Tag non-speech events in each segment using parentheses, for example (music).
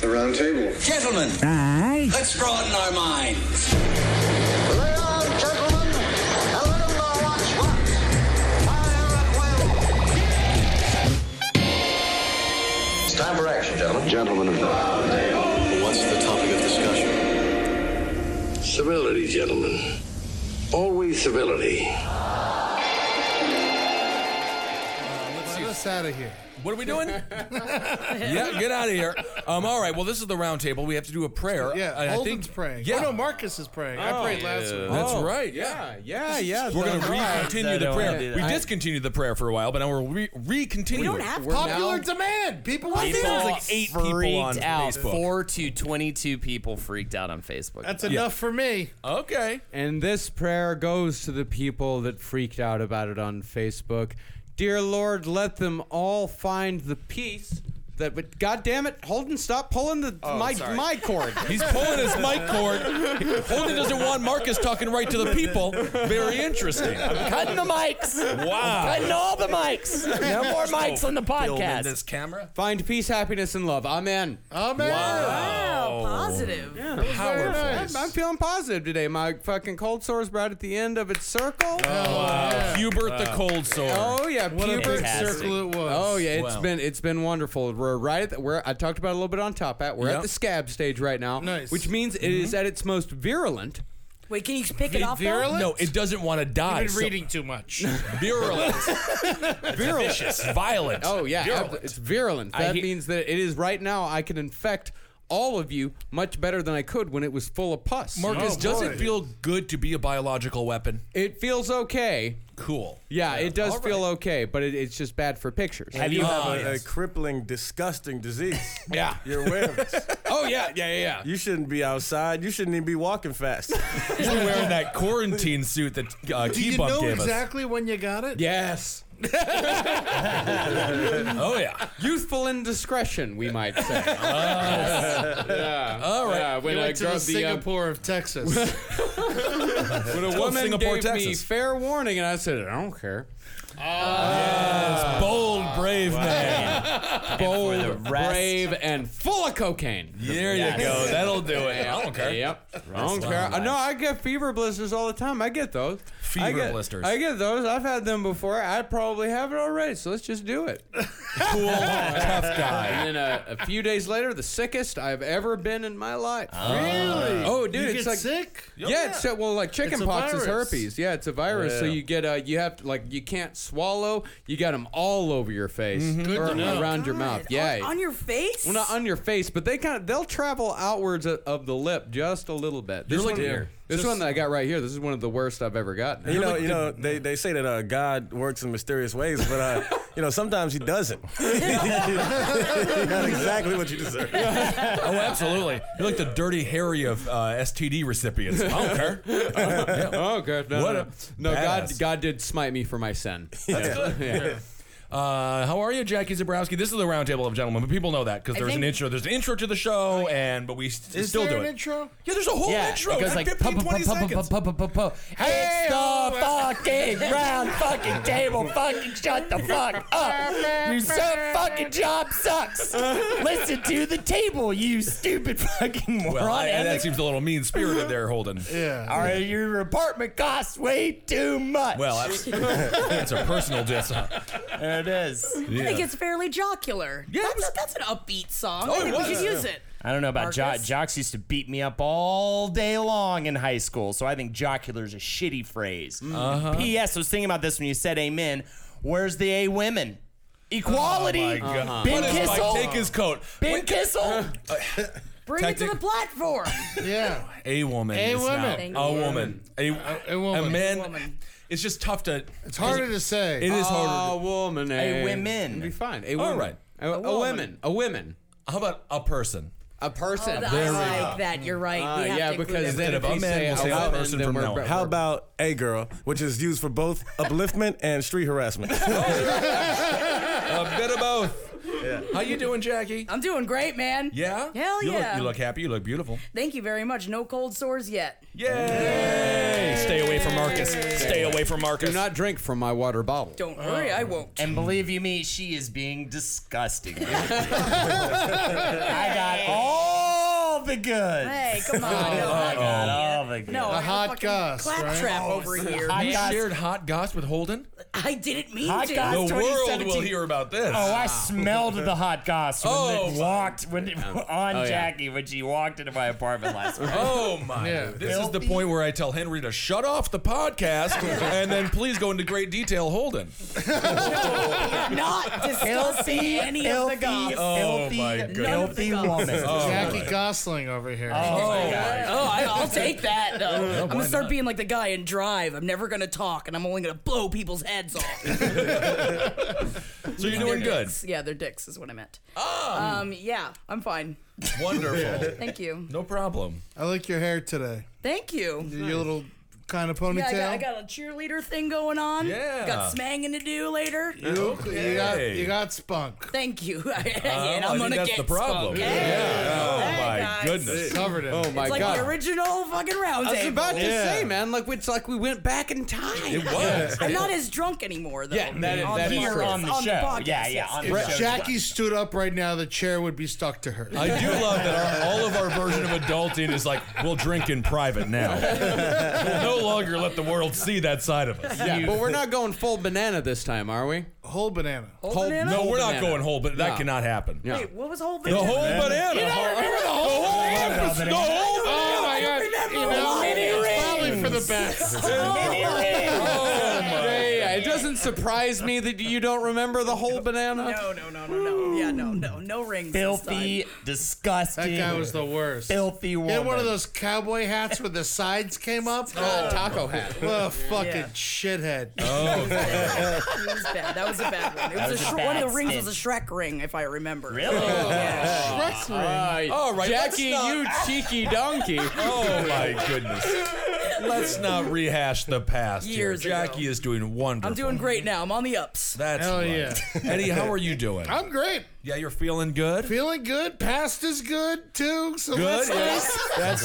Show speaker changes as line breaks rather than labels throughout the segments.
the round table.
Gentlemen,
Aye.
let's broaden our minds.
Lay on, gentlemen, and let 'em know what's what. Fire at will. It's time for action, gentlemen. Gentlemen of
What's the topic of discussion?
Civility, gentlemen. Always civility.
Get us out of here.
What are we doing? yeah, get out of here. Um, all right. Well, this is the round table. We have to do a prayer.
Yeah,
I- I
Holden's
think-
praying.
Yeah,
Oh, no, Marcus is praying. I prayed last week.
that's right. Yeah.
yeah, yeah.
We're going to recontinue the prayer. We
I-
discontinued the prayer for a while, but now we're re- recontinuing.
We don't have to.
Popular demand. People want
People-
to
There's like eight people on
out.
Facebook.
Four to twenty-two people freaked out on Facebook.
That's enough for me.
Okay.
And this prayer goes to the people that freaked out about it on Facebook. Dear Lord, let them all find the peace that would. God damn it, Holden, stop pulling the my my cord.
He's pulling his mic cord. Holden doesn't want Marcus talking right to the people. Very interesting.
Cutting the mics.
Wow.
Cutting all the mics. No more mics on the podcast.
This camera.
find peace, happiness, and love. Amen.
Amen.
Wow, Oh, positive.
Very nice.
I'm, I'm feeling positive today. My fucking cold sore's right at the end of its circle.
Uh, Hubert the cold sore.
Oh yeah,
What a
puberty
big
Fantastic.
circle it was.
Oh yeah, it's
Wow.
been it's been wonderful. We're right at the, we're I talked about it a little bit on top at. We're
Yep.
at the scab stage right now,
Nice.
which means it is at its most virulent.
Wait, can you pick it
Be
off? though?
virulent?
No, it doesn't want to die.
I've been
so-
reading too
(laughs)
much.
virulent, vicious, violent.
Oh yeah,
Virulent.
ab- it's virulent. That
he-
means that it is right now. I can infect all of you much better than I could when it was full of pus.
Marcus,
Oh,
does
boy.
it feel good to be a biological weapon?
it feels okay.
Cool.
Yeah, it does
All
feel
right.
okay, but it, it's just bad for pictures.
Have you?
You have a,
yes.
a crippling, disgusting disease.
(laughs)
Yeah.
You're aware of this.
Oh yeah, yeah, yeah. yeah.
You shouldn't be outside. You shouldn't even be
(laughs)
walking fast.
You're wearing that quarantine suit that uh,
Do you
Key Bump
know
gave us.
exactly when you got it?
Yes.
Oh yeah.
Youthful indiscretion, we might say.
All right.
(laughs) Yeah, when
You
I
went to
grabbed
the
the, uh,
Singapore of Texas.
When a
woman
Singapore,
gave me
Texas.
fair warning, and I said, I don't care.
Bold, brave
(laughs)
man.
the
Bold,
rest-
brave, and full of cocaine.
There
Yes.
you go. That'll do it. I don't care.
Yep. I don't care. I know I get fever blisters all the time. I get those. I
Fever
get,
blisters.
I get those. I've had them before. I probably have it already. So let's just do it.
Cool, tough guy.
And then uh, a few days later, the sickest I've ever been in my life.
really?
Oh, dude,
you
it's
get
like-
sick.
Yeah, it's uh, well, like
It's a
chickenpox is
virus.
herpes. Yeah, it's a virus. So you get, uh, you have to, like, you can't swallow. You got them all over your face or around your mouth.
God,
Yeah,
On, on your face?
Well, not on your face, but they kind of they'll travel outwards of, of the lip just a little bit. This
You're like-
one here, this one that I got right here. This is one of the worst I've ever gotten.
you
(laughs)
know, you know. They, they say that uh, God works in mysterious ways, but uh, (laughs) you know sometimes He doesn't. (laughs) you got exactly what you deserve.
Oh, absolutely. You're like the dirty Harry of uh, STD recipients. I don't care.
(laughs)
Oh, good. No,
What
no,
a
no. No, God,
badass.
God did smite me for my sin.
(laughs)
Yeah. Yeah.
Uh, how are you, Jackie Zabrowski? This is the roundtable of gentlemen, but people know that because there's an
think-
intro. There's an intro to the show, and but we s-
Is
still
there
do
an
it.
intro?
Yeah, there's a whole
Yeah,
intro.
it goes
It's
like
15,
pum, pum,
20
pum, pum,
seconds. oh,
pum, pum, pum, pum, pum. It's the fucking round fucking table. Fucking shut the fuck up. You suck. Fucking job sucks. Listen to the table, you stupid fucking moron.
Well, I-
and
that
the-
seems a little mean spirited there, Holden.
(laughs) Yeah.
Are your apartment costs way too much?
Well, that's, (laughs) that's a personal diss.
there it is.
I think it's fairly jocular.
Yeah, it
that's,
was-
that's an upbeat song.
Oh,
I
it
think we
was.
should use it.
I don't know about jo-
Marcus?
jocks used to beat me up all day long in high school, so I think jocular is a shitty phrase.
Mm. Uh-huh.
P.S. I was thinking about this when you said amen. Where's the a women?
Oh
Equality.
My God.
Ben
What is Mike?
Kissel.
Take his coat.
Ben
(laughs)
Kissel.
Bring it to
Tactic-
the platform.
Yeah.
A woman.
A
is
woman.
not-
Thank
A
you.
woman. A,
A woman.
A man.
Woman.
It's just tough to.
It's Oh. harder to say.
It is
A
harder.
woman,
A
eh?
women.
It'd be fine. A
oh. All
woman.
right.
A, a, woman. A woman.
How about a person?
A person.
Oh,
I like that. You're right.
Uh,
we have
yeah,
to include
because
everything.
then
Instead
if
of
you
a man,
say
we'll say a
woman,
person
then
from
we're
now on.
better.
How about a girl, which is used for both upliftment and street
(laughs)
harassment?
A bit of both. How you doing, Jackie?
I'm doing great, man.
Yeah.
Hell
you
yeah.
Look, you look happy. You look beautiful.
Thank you very much. No cold sores yet.
Yay! Stay away from Marcus. Stay away from Marcus.
Do not drink from my water bottle.
Don't worry, I won't.
and
(laughs)
believe you me, she is being disgusting. I got all
the goods.
Oh. Hey, come on. no,
I got all the
no,
goods.
I got
hot
fucking
goss,
Claptrap
right?
over here.
Hot
You
goss.
shared hot goss with Holden?
I didn't mean
Hot
to.
goss.
The
That's
world
2017.
will hear about this.
Oh, I smelled the hot goss when
Oh,
it
my-
walked when it, (laughs) on
yeah.
Jackie when she walked into my apartment last
(laughs)
week.
Oh my!
Yeah.
This is the point where I tell Henry to shut off the
(laughs)
podcast, and then please go into great detail, Holden.
Oh, Not discussing
Filthy,
any of the
filthy,
uh,
goss.
filthy,
Oh, my goodness.
filthy
None of the
woman.
Oh.
Jackie Gosling over here.
Oh, I, I'll take that. though. I'm gonna start being like the guy in Drive. I'm never gonna talk, and I'm only gonna blow people's heads off.
So you're doing
Their
good.
dicks. Yeah, their dicks is what I meant. Um, yeah, I'm fine.
Wonderful.
Thank you.
No problem.
I like your hair today.
Thank you.
Your little kind of ponytail.
Yeah, I got, I got a cheerleader thing going on.
Yeah.
Got smanging to do later.
You, you got
Okay.
you got spunk.
Thank you. (laughs)
Oh, I
and I'm
think
gonna
that's
get
the problem.
spunk.
Yeah.
Hey.
Oh
Hey,
my
guys.
goodness.
Covered it.
Oh my
It's like
god.
the original fucking round
I was
table.
about to
Yeah.
say, man, like it's like we went back in time.
It was.
I'm not as drunk anymore though.
Yeah, that is-
on
that is
here,
true.
on the podcast,
yeah, yeah,
yes.
on the
If
show.
Jackie stood up right now, the chair would be stuck to her.
I do love that our, all of our version of adulting is like we'll drink in private
(laughs)
now. we'll no longer let the world see that side of us.
Yeah, but we're not going full banana this time, are we?
Whole banana.
Whole-
banana?
No, we're not
banana.
going whole, but that
No.
cannot happen.
Yeah.
Wait, what was the whole
The
video?
whole banana. the whole banana. The whole
Oh my god! You know, it's probably for the best.
(laughs)
Oh,
Yeah, yeah, Oh, yeah. It doesn't surprise me that you don't remember the whole banana.
No, no, no, no, no. Yeah, no, no, no rings. this
filthy, disgusting.
That guy was the worst.
filthy
He
woman.
had one of those cowboy hats where the sides came up.
Uh, taco hat.
What a fucking
Yeah.
shithead.
time. It was bad. That was a bad one. It was,
was
a
a
Shr- one
bad
of the rings was a Shrek ring, if I remember. Really?
Oh,
All
right, let's
Jackie,
not-
you cheeky donkey.
(laughs) Oh my goodness. Let's not rehash the past.
Years
here. Jackie
ago.
is doing wonderful.
I'm doing great now. I'm on the ups.
That's
Hell
right.
yeah.
Eddie, how are you doing?
I'm great.
yeah, you're feeling good.
Feeling good. Pasta's good too. So
good.
that's nice.
Yes.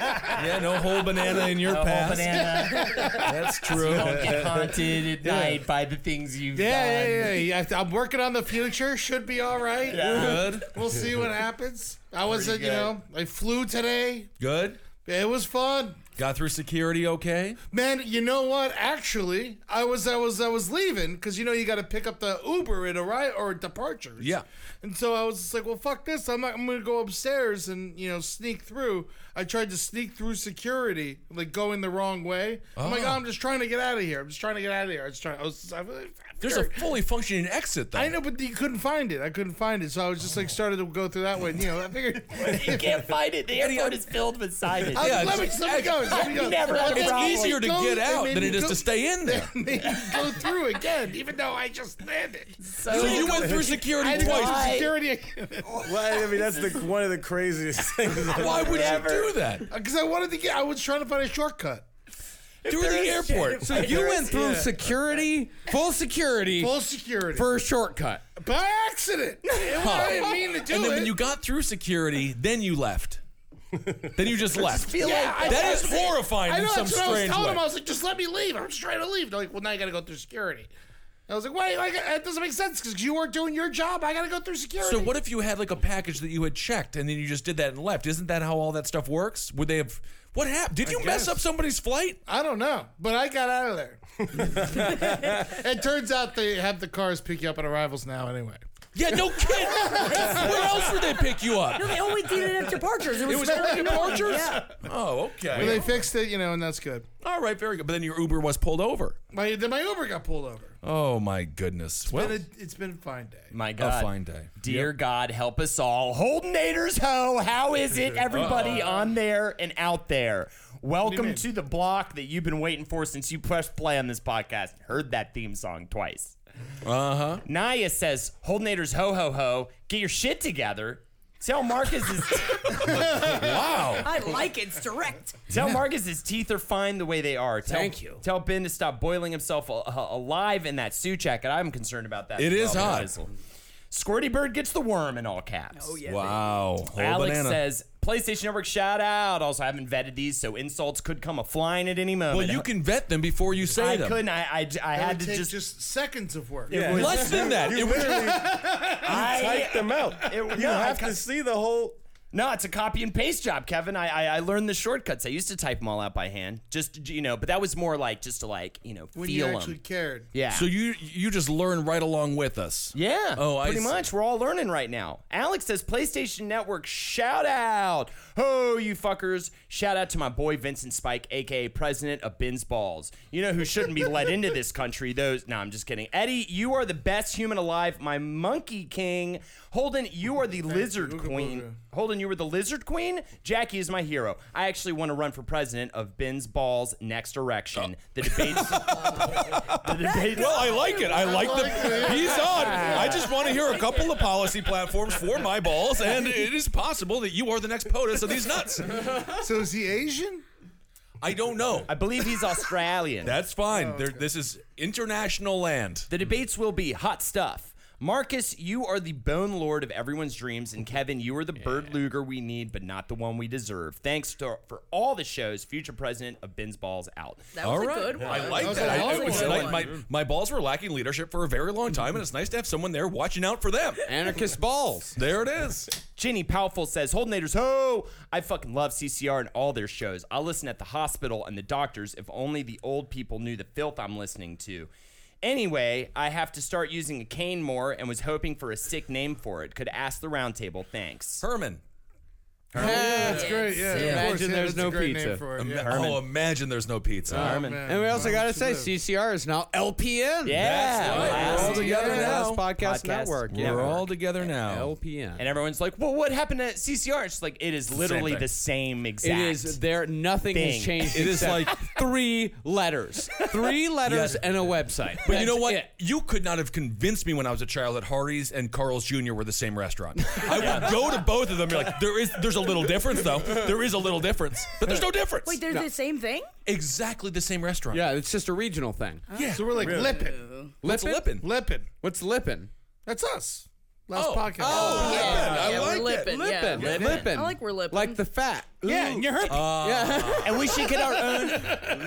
(laughs)
nice. yeah, no whole banana in your
The whole
past.
banana.
That's true.
Get haunted at night by the things you've
Yeah,
done.
yeah, yeah, yeah. I'm working on the future. Should be all right.
Good.
We'll see what happens. I wasn't, you know, I flew today.
Good.
It was fun.
Got through security okay?
Man, you know what? Actually, I was I was I was leaving because you know you got to pick up the Uber at arrive or departures.
Yeah.
And so I was just like, well, fuck this. I'm not, I'm gonna go upstairs and you know sneak through. I tried to sneak through security, like going the wrong way. I'm like, oh, I'm just trying to get out of here. I'm just trying to get out of here. I was trying. I was. I was
There's a fully functioning exit though.
I know, but you couldn't find it. I couldn't find it, so I was
Oh.
just like started to go through that way. And, you know, I
(laughs)
figured.
You can't find it. The airport is filled with signage.
I-
Yeah,
let, me,
it's-
let me go. Let me
(laughs)
go.
I've never had a
Let me
problem.
It's easier to
go,
get
and
out than
maybe
it is
go-
to stay
(laughs)
in there.
maybe go through again, even though I just landed.
So you went
(laughs)
through security
I had to go
twice.
through
Why?
security (laughs)
Well, I mean, that's the one of the
(laughs)
craziest things.
Oh
Why would you do that?
because I wanted to get. I was trying to find a shortcut.
Through the airport.
So you went through security, full security,
Full security
for a shortcut.
by accident.
(laughs)
I didn't mean to do
and then
it.
when you got through security, then you left. then
(laughs)
you just left.
yeah, I-
that is
I-
horrifying
I know.
in some
That's what I was
strange
telling
way.
him. I was like, just let me leave. I'm just trying to leave. They're like, well, now you got to go through security. I was like, wait, like, uh, that doesn't make sense because you weren't doing your job. I got to go through security.
so what if you had like a package that you had checked and then you just did that and left? Isn't that how all that stuff works? Would they have? What happened? Did you mess
guess.
up somebody's flight?
I don't know, but I got out of there.
(laughs)
(laughs) it turns out they have the cars pick you up at arrivals now, anyway.
Yeah, no kidding. Where else would they pick you up?
No, they only did it at departures. It was,
It was
very
only
annoying.
departures?
Yeah.
Oh,
But they
okay.
fixed it, you know, and that's good.
All right, very good. But then your Uber was pulled over.
My then my Uber got pulled over.
Oh my goodness. Well,
But it, it's been a fine day.
My
a
God.
fine day.
Dear God, help us all. Holdenators ho, how is
(laughs)
it, everybody on there and out there? Welcome to the block that you've been waiting for since you pressed play on this podcast. Heard that theme song twice. Uh
Uh-huh.
huh. Naya says, Holdenators ho ho ho, get your shit together. Tell Marcus
(laughs)
his,
Wow.
I like it. It's direct.
tell Marcus his teeth are fine the way they are. Tell,
Thank you.
Tell Ben to stop boiling himself a- a- alive in that suit jacket. I'm concerned about that.
It
as
is
well,
hot.
because Squirty Bird gets the worm in all caps.
Oh (laughs) yeah.
Wow. Whole
Alex
banana.
says, PlayStation Network shout out. Also, I haven't vetted these, so insults could come a flying at any moment.
Well, you can vet them before you say
I
them.
couldn't. I, I, I
It
had
would
to
take
just.
just,
(laughs)
seconds of work.
Yeah.
was-
Less than that. It was
literally
I,
type them out.
(laughs) it-
you
no, I
have
ca-
to see the whole.
No, it's a copy and paste job, Kevin. I, I I learned the shortcuts. I used to type them all out by hand, just you know. But that was more like just to like you know
When
feel
you
'em.
actually cared.
Yeah.
So you you just learn right along with us.
Yeah.
Oh, I
pretty
see.
much. We're all learning right now. Alex says PlayStation Network. Shout out. Oh, you fuckers. Shout out to my boy Vincent Spike, aka president of Ben's Balls. You know who shouldn't be let into this country? Those. No, I'm just kidding. Eddie, you are the best human alive. My monkey king. Holden, you are the lizard
Ooga
queen.
booga.
Holden, you were the lizard queen. Jackie is my hero. I actually want to run for president of Ben's Balls next erection. The debates. (laughs) the debates.
Well, I like it. I like the. He's on. I just want to hear a couple of policy platforms for my balls, and it is possible that you are the next POTUS of these nuts.
So is he Asian?
I don't know.
I believe he's Australian.
That's fine.
Oh,
There, this is international land.
The debates will be hot stuff. Marcus, you are the bone lord of everyone's dreams, and Kevin, you are the bird luger we need, but not the one we deserve. Thanks to, for all the shows. Future president of Ben's Balls out.
That was a good one.
I like
was
that.
a
I-
long
it was
one.
like my, my balls were lacking leadership for a very long time, and it's nice to have someone there watching out for them.
Anarchist balls.
There it is.
(laughs)
Ginny Powell says, Holdenators, ho! I fucking love CCR and all their shows. I'll listen at the hospital and the doctors if only the old people knew the filth I'm listening to. Anyway, I have to start using a cane more and was hoping for a sick name for it. Could ask the roundtable. Thanks.
Herman.
Uh,
That's great. Yeah.
Imagine
Of course, yeah,
there's
that's a
no
great
pizza.
Name for it. Yeah.
Oh, imagine there's no pizza.
Man,
And we also
why
got to
don't
say,
you live?
CCR is now LPN.
Yeah.
We're all
last-
together now.
Last podcast,
Podcast.
network. Yeah.
We're all together now.
LPN.
And everyone's like, well, what happened at CCR? It's just like, it is literally
thing.
the same
It
exact.
is there. Nothing
thing.
has changed.
It is
except
like-
(laughs) three letters, (laughs) three letters, and a website.
But you know
That's
what?
it.
You could not have convinced me when I was a child that Hardee's and Carl's Jr. were the
(laughs)
same restaurant. I would go to both of them. You're like, there is, there's a little difference though. There is a little difference, but there's no difference.
Wait, they're the same thing?
exactly the same restaurant.
Yeah, it's just a regional thing.
So we're like lippin',
What's
Lippin'?
Lippin?
lippin'.
What's lippin'?
That's us. Last
Oh.
podcast.
Oh, Lippin'. I
yeah, we're
like it.
lippin'. Yeah.
Lippin'. Lippin'.
I like we're lippin'.
Like the fat.
Yeah, and you're herping.
yeah.
and we should get our own,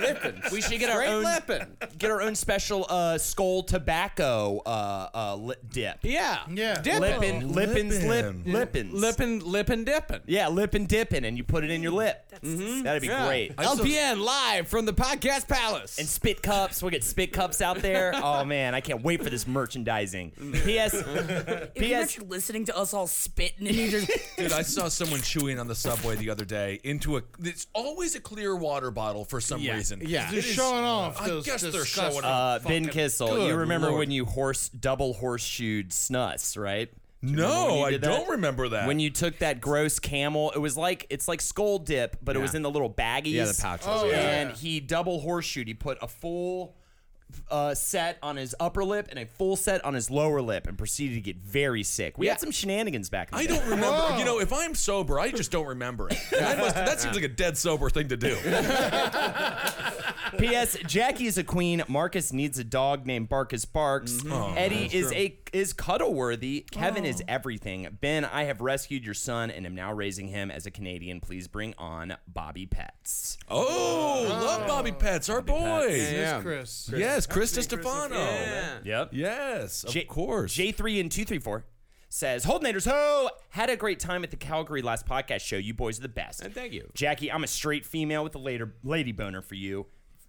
(laughs) lippin'.
we should get our
Straight
own,
lippin'.
get our own special uh, skull tobacco uh, uh, li- dip.
Yeah.
Yeah.
Dippin'.
Lippin, lippins, lip, lippins.
Lippin', lippin', dippin'.
Yeah, lippin' dippin', and you put it in your lip. Mm-hmm. That'd be
Yeah.
great.
I still-
LPN live from the podcast palace.
And spit cups. We'll get spit cups out there. Oh, man, I can't wait for this merchandising. P.S.
If you're
P.S.
not listening to us all spitting and you (laughs) just
Dude, I saw someone chewing on the subway the other day into a. It's always a clear water bottle for some
Yeah,
reason.
yeah.
It
They're
is-
showing off
I
those
guess they're
disgusting-
showing
Uh,
off.
ben Kissel,
good
you remember
lord.
when you horse double horseshoed snus, right? Do you remember when
no,
you
I
did that?
don't remember that.
When you took that gross camel, it was like it's like skull dip, but it was in the little baggies.
Yeah, the pouches, Oh,
yeah.
And he double horseshoed. He put a full uh, set on his upper lip and a full set on his lower lip, and proceeded to get very sick. We
Yeah.
had some shenanigans back. In the
I
day.
don't remember. You know, if I'm sober, I just don't remember it. That, must, that seems like a dead sober thing to do.
P.S. Jackie is a queen. Marcus needs a dog named Barkus Barks. Eddie is a is cuddle worthy. Kevin is everything. Ben, I have rescued your son and am now raising him as a Canadian. Please bring on Bobby Pets.
Oh, love Bobby Pets, our boy.
Yeah.
Chris.
Yes, Chris Stefano.
Oh,
Yep.
Yes, of course.
J three and two three four says Holdenators ho had a great time at the Calgary last podcast show. You boys are the best.
And thank you.
Jackie. I'm a straight female with a later lady boner for you.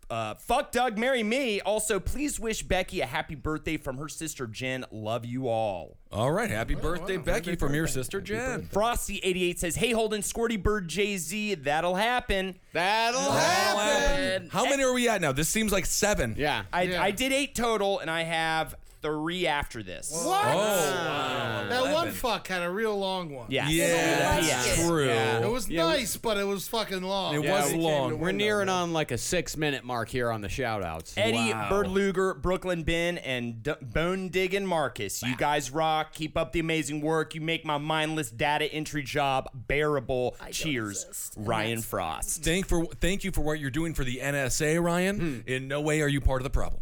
Uh, fuck Doug, marry me. Also, please wish Becky a happy birthday from her sister Jen. Love you all.
All right, happy birthday, Becky, from your sister Jen.
Frosty88 says, Hey Holden, Squirty Bird Jay Z, that'll happen.
That'll
Wow.
happen.
How many are we at now? This seems like seven.
Yeah.
I,
Yeah.
I did eight total, and I have three after this.
What?
Oh,
that one fuck had a real long one.
Yes.
yeah, that's
Yes.
true.
It was
Yeah, we-
nice, but it was fucking long.
It was long.
We're nearing on like a six minute mark here on the shout outs.
Eddie Bird Luger, Brooklyn Ben, and D- Bone Diggin Marcus. You guys rock. Keep up the amazing work. You make my mindless data entry job bearable. Cheers,
exist. And
Ryan
that's-
Frost.
Thank for thank you for what you're doing for the NSA, Ryan.
Hmm.
In no way are you part of the problem.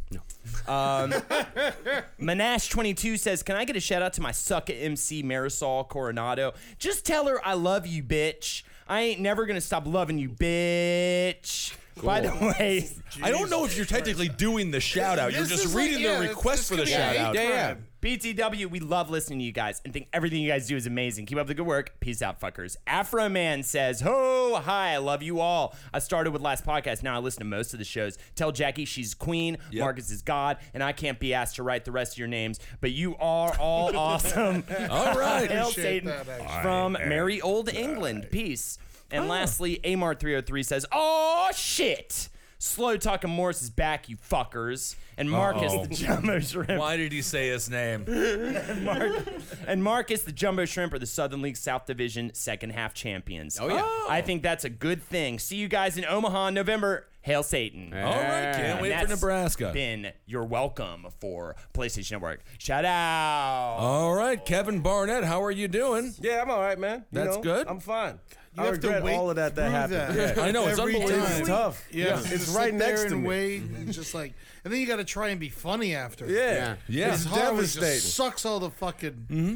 Manash22 says, Can I get a shout out to my sucka MC Marisol Coronado? Just tell her I love you, bitch. I ain't never gonna stop loving you, bitch. By the way,
I don't know if you're technically doing the shout out. You're
This
just
is
reading
like-
their
yeah,
request
this
for the
could be
shout
eight
out.
Yeah, yeah.
grand.
BTW, we love listening to you guys and think everything you guys do is amazing. Keep up the good work. Peace out, fuckers. Afro Man says, Ho, hi, I love you all. I started with last podcast. Now I listen to most of the shows. Tell Jackie she's queen, Marcus is God, and I can't be asked to write the rest of your names, but you are
(laughs)
all awesome.
All right.
Hail
Appreciate
Satan
that, actually.
from merry old England. Peace.
Oh.
And lastly, Amar303 says, Oh shit! Slow talking Morris is back, you fuckers. And Marcus
Uh-oh.
the jumbo shrimp.
Why did he say his name?
And Marcus the jumbo shrimp are the Southern League South Division second half champions. Oh
yeah. Oh.
I think that's a good thing. See you guys in Omaha in November. Hail Satan.
All right, can't wait for
that's
Nebraska.
Been your welcome for PlayStation Network. Shout out.
Oh,
All right, Kevin Barnett, how are you doing?
Yeah, I'm all right, man. You
That's
know,
good.
I'm fine.
You
I
have to
regret
wait
all of that that
through
happened.
that.
I know, it's
Every
unbelievable.
time.
It's tough.
Yeah,
It's
to
it's
sit
right
there
next to
and
me.
Wait, and just like, and then you got to try and be funny after.
Yeah.
Yeah.
It's
His heart always
devastating.
just sucks all the fucking
Mm-hmm.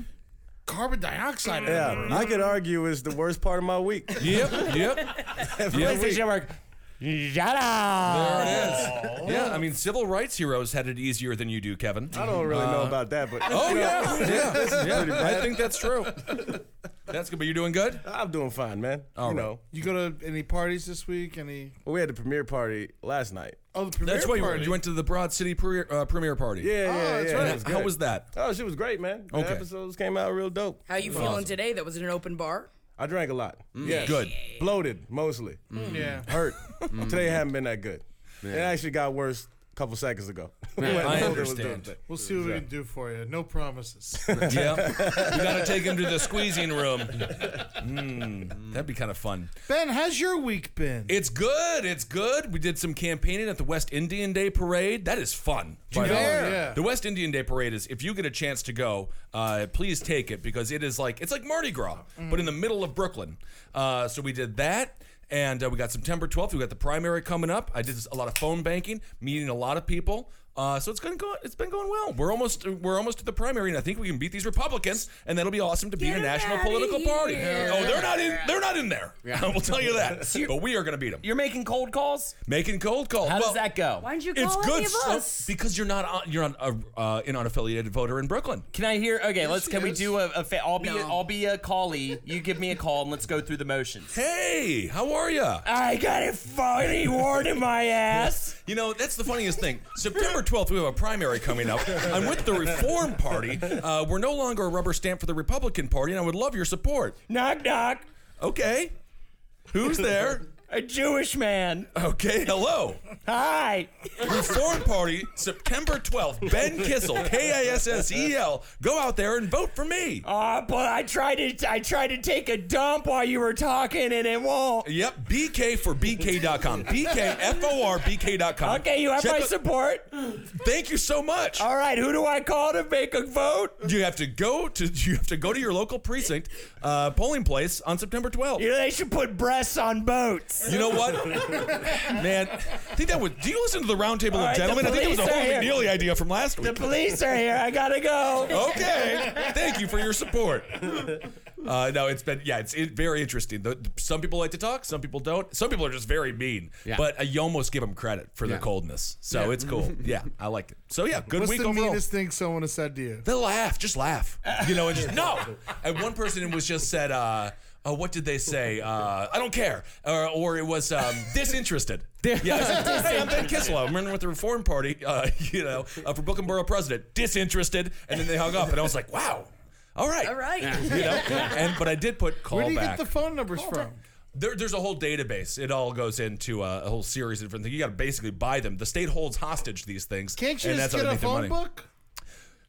carbon dioxide. out of
yeah. I could argue it's the worst part of my week. (laughs)
Yep, yep.
Every
Yeah,
week.
PlayStation Network. (laughs) Shout
There
out.
it is. Yeah, I mean, civil rights heroes had it easier than you do, Kevin.
Oh. I don't really know about that, but
(laughs) Oh yeah,
(laughs)
yeah, yeah. I think that's true. That's good. But you're doing good.
I'm doing fine, man. you
right.
know,
You go to any parties this week? Any?
well, we had the premiere party last night.
Ah,
Oh, the premiere
That's why you,
party.
you went to the Broad City pre- uh, premiere party.
Yeah, yeah,
Oh, that's
yeah.
right.
it was
How
good.
was that?
Oh, she was great, man. The
Okay.
episodes came out real dope.
How you feeling today? That was in an open bar.
I drank a lot. Yeah.
Mm. Good.
Bloated mostly.
Mm.
yeah.
Hurt. Today haven't been that good. It actually got worse a couple seconds ago.
I
It was
understand.
doing-
We'll see what we can do for you. No promises. (laughs)
yeah, you gotta take him to the squeezing room. Mm, that'd be kind of fun.
ben, how's your week been?
It's good. It's good. We did some campaigning at the West Indian Day Parade. That is fun. by the way.
Yeah. Yeah.
The West Indian Day Parade is if you get a chance to go, uh, please take it because it is like it's like Mardi Gras, but in the middle of Brooklyn. Uh, so we did that. And uh, we got September 12th. We got the primary coming up. I did a lot of phone banking, meeting a lot of people. Uh, so it's going go. It's been going well. We're almost we're almost to the primary, and I think we can beat these Republicans, and that'll be awesome to beat a
Get 'em
national
outta
political party.
here.
Oh, they're not in. They're not in there. (laughs) I will tell you that. but we are going to beat them.
You're making cold calls?
Making cold calls.
How
well,
does that go?
Why didn't you call
It's
any
good
of
so-
us?
because you're not on, you're not a, uh, an unaffiliated voter in Brooklyn.
Can I hear? Okay, let's.
she
Can we
is.
do a? a fa- I'll be.
No.
I'll be a callie. You give me a call and let's go through the motions.
Hey, how are ya?
Uh,
I got a funny word in my (laughs) ass.
You know that's the funniest thing. September 12th, we have a primary coming up. I'm with the Reform Party. Uh, we're no longer a rubber stamp for the Republican Party, and I would love your support.
Knock knock.
Okay, who's there?
A Jewish man.
Okay, hello.
Hi.
Reform Party, September 12th. Ben Kissel, K I S S E L. Go out there and vote for me.
Uh, but I tried to. I tried to take a dump while you were talking, and it won't.
Yep, BK for BK.com. BK, F O R, BK.com.
Okay, you have
Check
my
the-
support.
Thank you so much.
All right, who do I call to make a vote?
You have to go to you have to go to your local precinct uh, polling place on September 12th.
You know, they should put breasts on boats.
You know
(laughs)
what, man? I think that was. Do you listen to the Roundtable
right,
of
the
Gentlemen? I think it was a
police are
whole
here.
McNeely idea from last
The
week.
police are here. I gotta go.
Okay, thank you for your support. Uh, no, it's been yeah, it's it, very interesting. The, some people like to talk, some people don't. Some people are just very mean.
Yeah.
But uh, you almost give them credit for their
Yeah.
coldness, so it's cool. yeah, I like it. So yeah, good
What's
week
the
overall.
meanest thing someone has said to you?
They laugh, just laugh. You know,
(laughs)
and just no. And one person was just said, uh, uh, what did they say? Uh, I don't care. Or, or it
(laughs)
was um, disinterested. Yeah, I said, hey, I'm Ben Kissel. I'm running with the Reform Party, uh, (laughs) you know, uh, for Brooklyn Borough President. Disinterested. And then they hung up, and I was like, wow. All right.
All right.
You know, and but I did put call
Where do you
back.
get the phone numbers from?
There, there's a whole database. It all goes into uh, a whole series of different things. You got to basically buy them. The state holds hostage these things.
Can't you
and
just
that's how
get
they
a
make their
phone
money.
book?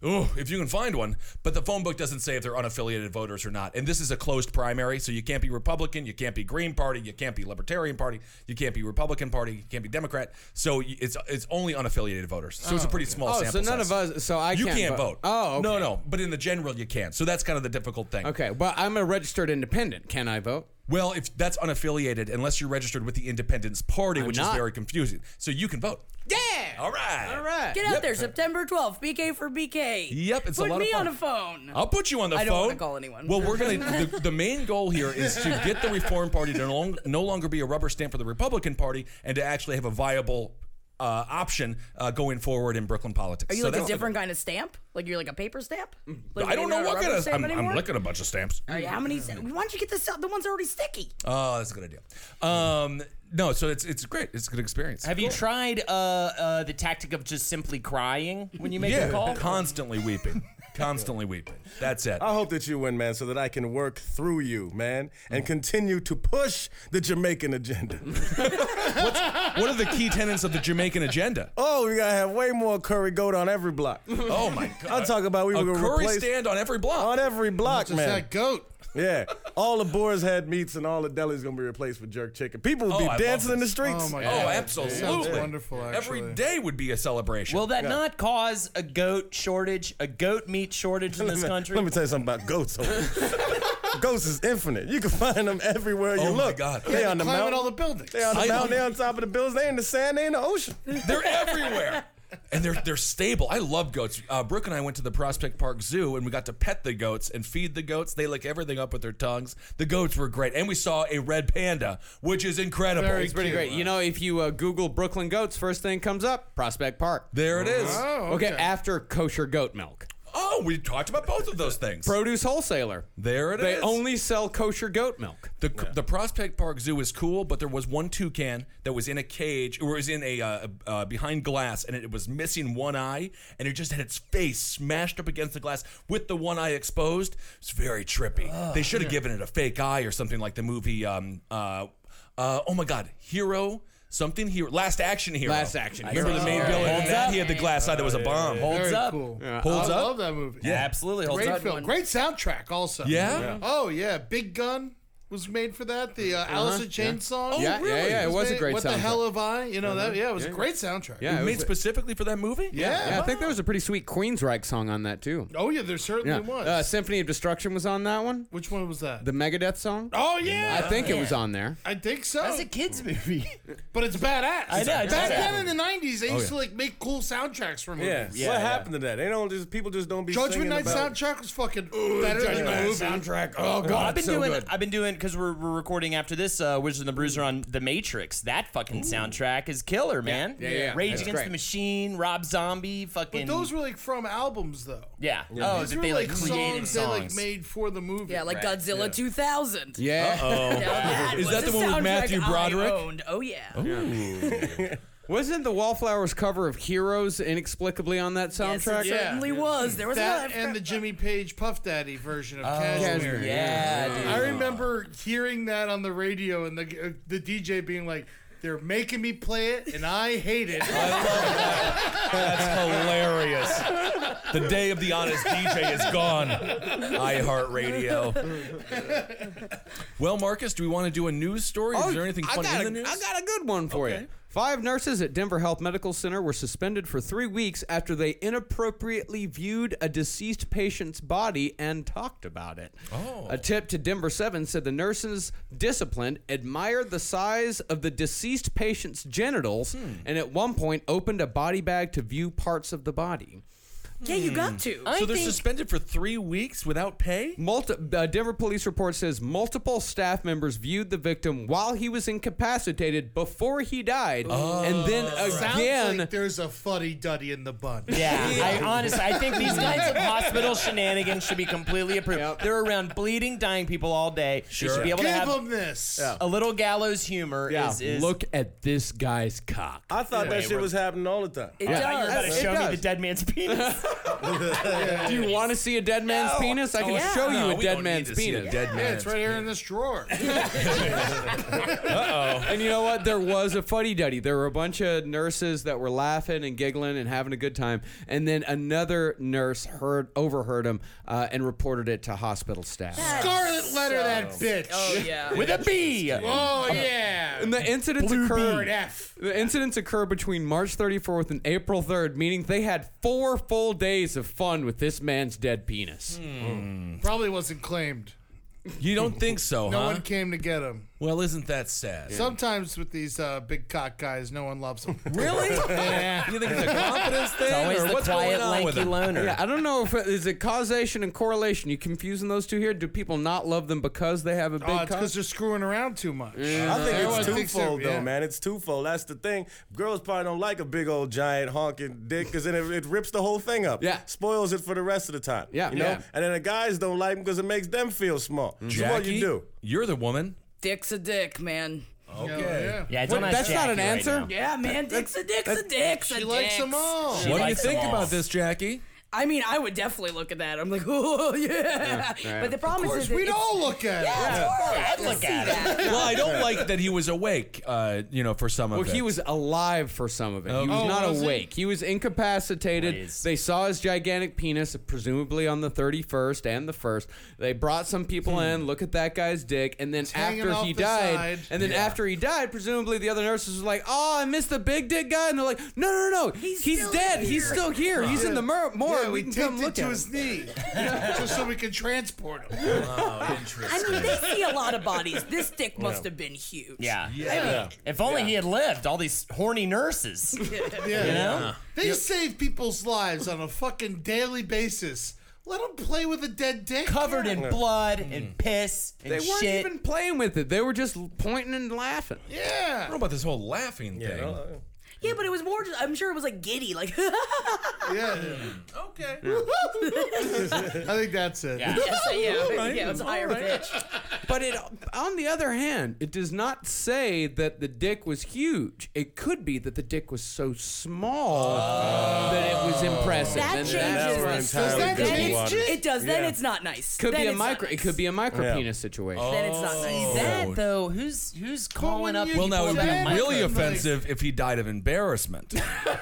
Ooh, if you can find one. But the phone book doesn't say if they're unaffiliated voters or not. And this is a closed primary, so you can't be Republican, you can't be Green Party, you can't be Libertarian Party, you can't be Republican Party, you can't be Democrat. So y- it's it's only unaffiliated voters. So it's a pretty small
Oh, so
sample
none
size.
of us. So I
you
can't,
can't
vo-
vote.
Oh, okay.
no, no. But in the general, you can. So that's kind of the difficult thing.
Okay, well, I'm a registered independent. Can I vote?
Well, if that's unaffiliated, unless you're registered with the Independence Party, which is
not.
very confusing. So you can vote.
Yeah.
All right.
All right.
Get out there, September 12th, BK for BK.
Yep, it's a
Put
lot of
me
fun.
on a phone.
I'll put you on the
I
phone.
don't wanna call anyone.
Well, we're
(laughs)
gonna. The, the main goal here is to get the Reform Party to no, long, no longer be a rubber stamp for the Republican Party and to actually have a viable uh, option uh, going forward in Brooklyn politics.
Are you
So
like a
that's- Mm.
different kind of stamp? Like you're like a paper stamp? Like
I don't
you're
know
not a
what
rubber
kind of.
stamp
I'm, I'm
anymore?
licking a bunch of stamps.
All right, how many? Why don't you get this out? The one's already sticky.
Oh, that's a good idea. Um, no, so it's it's great. It's a good experience.
Have you tried uh, uh, the tactic of just simply crying when you make a call?
(laughs)
Constantly weeping. Constantly weeping. That's it.
I hope that you win, man, so that I can work through you, man, and continue to push the Jamaican agenda.
What are the key tenets of the Jamaican agenda?
oh, we gotta have way more curry goat on every block.
Oh my god.
I'll talk about we
a
were gonna
curry
replace
stand on every block.
on every block,
Just
man.
that goat.
Yeah, all the boar's head meats and all the deli's gonna be replaced with jerk chicken. People will
Oh,
be
I love
dancing in the
this.
streets.
Oh my
Oh,
god.
absolutely.
Sounds wonderful, actually.
Every day would be a celebration.
Will that not cause a goat shortage, a goat meat shortage
(laughs)
in
Let
this
me-
country?
Let me tell you something about goats. goats is infinite. You can find them everywhere you
Oh my
look.
God.
They on the
climbing
mountain.
all the buildings.
they on the
I-
mountain. They on top of the buildings. They in the sand. They in the ocean.
(laughs)
They're everywhere. And they're they're stable. I love goats. Uh, Brooke and I went to the Prospect Park Zoo and we got to pet the goats and feed the goats. They lick everything up with their tongues. The goats were great, and we saw a red panda, which is incredible.
Very
Pretty great. You know, if you uh, Google Brooklyn goats, first thing comes up Prospect Park.
There it is.
Oh,
okay.
okay.
after kosher goat milk.
Oh, we talked about both of those things.
Produce wholesaler.
there it is.
They only sell kosher goat milk.
The, the Prospect Park Zoo is cool, but there was one toucan that was in a cage, or was in a uh, uh, behind glass, and it was missing one eye, and it just had its face smashed up against the glass with the one eye exposed. It's very trippy. they should have given it a fake eye or something like the movie. Um, uh, uh, oh my God, Hero. Something hero, last action hero.
Last Action
Remember
Hero.
the main
Alright.
villain? in
Holds
that?
up.
He had the glass eye that was a bomb.
Very
Holds up.
cool.
Holds
I
up.
love that movie.
Yeah, absolutely. Holds
Great
up.
film. Great soundtrack also.
Yeah? Yeah.
Oh yeah, Big Gun was made for that. The uh, Alice in Chains
Yeah,
song.
yeah, really? yeah, it was a
made-
great
What the
soundtrack.
hell have I? You know that? Yeah, it was a great soundtrack.
Yeah, it
Made
was-
specifically for that movie?
Yeah.
yeah, I think there was a pretty sweet Queensryche song on that too.
Oh yeah, there certainly
Yeah.
was.
Uh, Symphony of Destruction was on that one.
Which one was that?
The Megadeth song.
oh yeah,
I think it was on there.
I think so.
That's a kids movie.
but it's badass.
I know, it's
Back
badass.
then in the nineties, they used
yeah.
to like make cool soundtracks for movies.
Yeah.
Yeah,
what
yeah.
happened to that? They don't just people just don't be.
Judgment
singing
Night
about
soundtrack was fucking better than the movie.
soundtrack. Oh god,
I've been doing. I've been doing because we're, we're recording after this. Uh, Wizard and the Bruiser on The Matrix. That fucking soundtrack is killer, man.
yeah, yeah.
Rage
That's
Against
great.
the Machine, Rob Zombie, fucking.
But those were like from albums though.
yeah. Oh,
These
that
were
they like,
songs
created songs.
they like made for the movie.
Yeah, like Godzilla 2000.
Yeah.
Now that
(laughs) Is
was
that
a
the one with
soundtrack
Matthew
I
Broderick?
owned. Oh yeah.
Wasn't the Wallflowers cover of Heroes inexplicably on that
Yes, it
soundtrack?
certainly was. There was
that
another-
and the Jimmy Page Puff Daddy version of Cashmere.
Cashmere.
Oh, Yeah, dude.
I remember hearing that on the radio and the uh, the DJ being like, "They're making me play it, and I hate
(laughs)
it."
That's hilarious. The day of the honest DJ is gone. iHeartRadio. Well, Marcus, do we want to do a news story? is there anything
Oh, I
funny
got
in
a-
the news?
I got a good one for
Okay.
you. Five nurses at Denver Health Medical Center were suspended for three weeks after they inappropriately viewed a deceased patient's body and talked about it. Oh. A tip to Denver 7 said the nurses disciplined admired the size of the deceased patient's genitals
Hmm.
and at one point opened a body bag to view parts of the body.
yeah, you got to.
so they're suspended for three weeks without pay?
Multi- uh, Denver police report says multiple staff members viewed the victim while he was incapacitated before he died, and then
Sounds
again.
like there's a fuddy duddy in the bun.
(laughs)
Yeah, I honestly, I think these kinds of hospital shenanigans should be completely approved. They're around bleeding, dying people all day. Sure. should be able
Give
to have
them this.
a little gallows humor.
Yeah,
is, is
look at this guy's cock.
I thought that shit was happening all the time.
it
I thought you were about to
does.
It
show me
does.
the
(laughs)
dead man's penis.
Do you want to see a dead man's penis? I can
yeah.
show you
No,
a
we
dead
don't need
man's
to see a
penis.
Dead
Yeah,
man.
it's right here in this drawer.
(laughs)
And you know what? There was a fuddy duddy. There were a bunch of nurses that were laughing and giggling and having a good time, and then another nurse heard overheard him uh, and reported it to hospital staff.
Scarlet letter that bitch.
Oh yeah.
With a B.
Oh yeah.
And the incidents
Or
occurred.
an F.
The incidents occurred between March 34th and April 3rd, meaning they had four full days of fun with this man's dead penis.
Hmm.
(laughs)
Probably wasn't claimed.
You don't think so,
No
huh?
one came to get him.
Well, isn't that sad?
Sometimes with these uh, big cock guys, no one loves them.
Really? You think it's a confidence thing?
Always
or
the
what's
quiet,
going on with
lanky
it?
loner.
Yeah, I don't know if is it causation and correlation. You confusing those two here? Do people not love them because they have a big?
Oh, it's
cock?
because they're screwing around too much.
I think
Everyone
it's
thinks they're-
twofold though,
yeah.
man. It's twofold. That's the thing. Girls probably don't like a big old giant honking dick because then it, it rips the whole thing up.
Yeah.
spoils it for the rest of the time.
Yeah.
you know.
Yeah.
And then the guys don't like them because it makes them feel small. So what you do?
You're the woman.
Dick's a dick, man.
Okay. Yeah.
Yeah, it's
What,
on us
that's not
Jackie
an
right
answer.
now.
Yeah, man. Dick's a dick's a dick's a
She
dick.
likes them all.
what do you
likes them
think
all.
about this, Jackie?
I mean, I would definitely look at that. I'm like, (laughs) oh yeah. But the problem is, is
We'd
it's- (laughs)
all look at it.
Yeah, of course.
I'd look
see
at it.
that.
Well, I don't like that he was awake. Uh, you know, for some
Well,
of it.
he was alive for some of it. He was
Oh,
not
was he?
awake. He? was incapacitated.
Please.
They saw his gigantic penis, presumably on the 31st and the 1st. They brought some people in, look at that guy's dick, and then
Hmm. hanging
after
off
he
the
died,
side.
and then after he died, presumably the other nurses were like, oh, I missed the big dick guy. And they're like, no, no, no, no. He's,
still
dead.
here."
He's still here. He's in the mor- morgue.
Yeah,
we
we
can
taped
come
it
look
to
at him.
his knee just so we could transport him.
I mean, they see a lot of bodies. This dick must have been huge. (laughs)
Yeah. If only he had lived, all these
(laughs)
horny nurses.
Yeah.
know?
They save people's lives on a fucking daily basis. Let them play with a dead dick.
Covered in blood and
Mm.
piss and
They weren't
shit.
even playing with it. They were just pointing and laughing.
I
Yeah.
don't know about this whole laughing thing.
Yeah, but it was more. Just, I'm sure it was like giddy, like (laughs)
Yeah.
okay.
I think that's it.
Yeah.
yeah, so, yeah,
right,
yeah, it was a
all
higher
right.
pitch.
But it, on the other hand, it does not say that the dick was huge. It could be that the dick was so small that it was impressive.
That
And
changes
where
the
I'm-
story.
entirely
that
good
change
water.
it?
It does. Then
Yeah.
it's not nice.
Could
then
be a
it's not
micro. It
nice.
could be a micro
Yeah.
penis situation.
Then it's not nice.
That though, who's who's calling up?
you-
people
Well, now it would
Exactly.
be really
Like-
offensive if he died of embarrassment.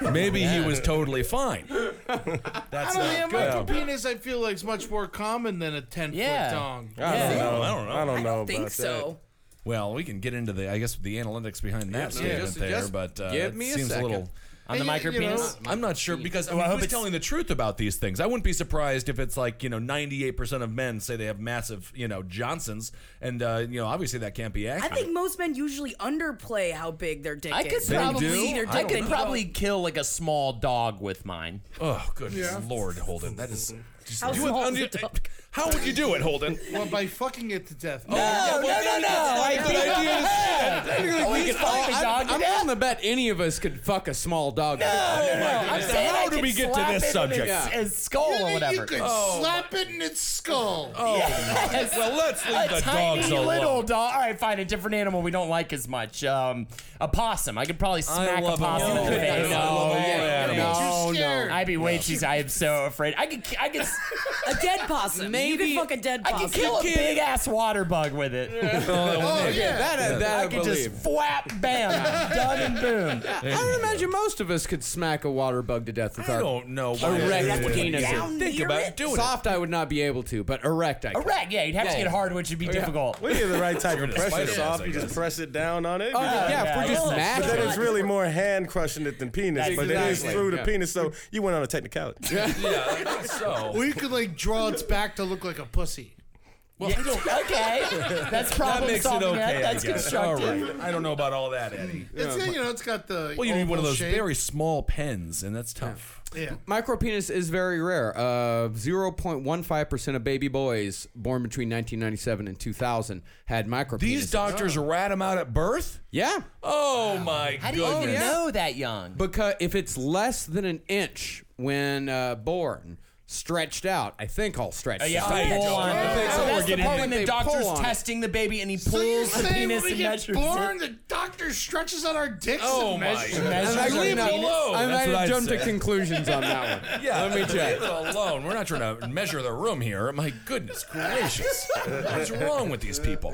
Maybe he was totally fine.
I don't know. The American penis, I feel like, is much more common than a 10
Yeah.
foot dong.
I
Yeah.
don't know.
I don't know.
I don't know.
I think
about
so.
Well, we can get into the, I guess, the analytics behind that
Yeah, no,
statement
just-
there,
just
but uh,
give
it
me a
seems a,
second.
little.
on the
Hey, you- you
micropenis?
know-
I'm not sure because I
Well,
mean,
I hope
who's
it's-
telling the truth about these things? I wouldn't be surprised if it's like you know, 98 percent of men say they have massive, you know, Johnsons, and uh, you know, obviously that can't be
I
accurate.
think most men usually underplay how big their dick
I could
is.
probably
Their dick
I could
than
probably
go,
kill like a small dog with mine.
oh, goodness Lord, Holden, that is. Just,
How
you would
small is
under-
the dog?
how would you do it, Holden?
Well, by fucking it to death.
Oh, no, no, no! I good idea to
we could fuck the
I,
dog
I'm willing to bet any of us could fuck a small dog.
I'm
Now,
saying
how
I
do
could
we get to
slap
this
it in
subject?
Its,
Yeah.
its skull
You
or
think You
whatever.
could
Oh.
slap it in its skull.
Well, let's leave
a
the
tiny
dogs
little
alone.
dog. All right, fine. A different animal we don't like as much. Um, a possum. I could probably smack a
love
possum
animals.
in the
You
face.
couldn't. I love all animals.
no,
You're
no.
scared.
I'd be way too. I am so afraid. I could. ki- I could. s-
A dead possum.
Maybe-
you could fuck a dead
I
possum.
could kill a big ass water bug with it.
Oh, yeah.
That I, that I,
I could just
believe.
flap, bam, done and boom.
I would imagine most of us could smack a water bug to death with
I
our
don't know why
erect
I wouldn't
penis.
down
Think
near
about
it.
doing
soft. I would not be able to, but erect. I could.
A rat, yeah, you'd have to
Yeah.
get hard, which would be difficult.
Well, you have the right type of
the
pressure.
spider
Soft,
dance,
you
I
just
guess.
press it down on it.
Oh, yeah,
Yeah,
if we're just
yeah.
mashing.
But then it's
God.
really more hand crushing it than penis. But it is
Exactly.
through the
Yeah.
penis, so you went on a technicality.
it. (laughs) Yeah, I think so.
Or you could, like, draw its back to look like a pussy.
(laughs) okay, that's
That
problem
makes it
solving.
okay.
that- that's
I guess. All
constructive.
right. I don't know about all that, Eddie.
It's, you know, it's got the.
Well, you need one of
oval
those
shape.
very small pens, and that's tough.
Yeah.
Micropenis is very rare. Uh, 0.15% of baby boys born between 1997 and 2000 had micropenis.
These doctors rat them out at birth?
yeah.
Oh, my
How do you
goodness.
even know that young?
Because if it's less than an inch when uh, born, stretched out, I think I'll stretch.
Oh, yeah,
out.
Thank
pull
you.
on.
Uh, I think
it.
so.
So
We're
that's the
getting
part
it.
when the
They
doctor's
pull on it.
testing the baby and he
So you're
pulls the
saying
penis
when we
and
get
measures
born,
it.
the doctor stretches out our dicks
Oh,
and
my
measures
God.
it?
I'm
Measures
actually
your
not-
penis?
I
That's
might
what I'd
have jumped to
say.
conclusions on that
(laughs)
one.
(laughs) Yeah,
Let me check.
Leave it alone. We're not trying to measure the room here. My (laughs) goodness gracious. What's wrong with these people?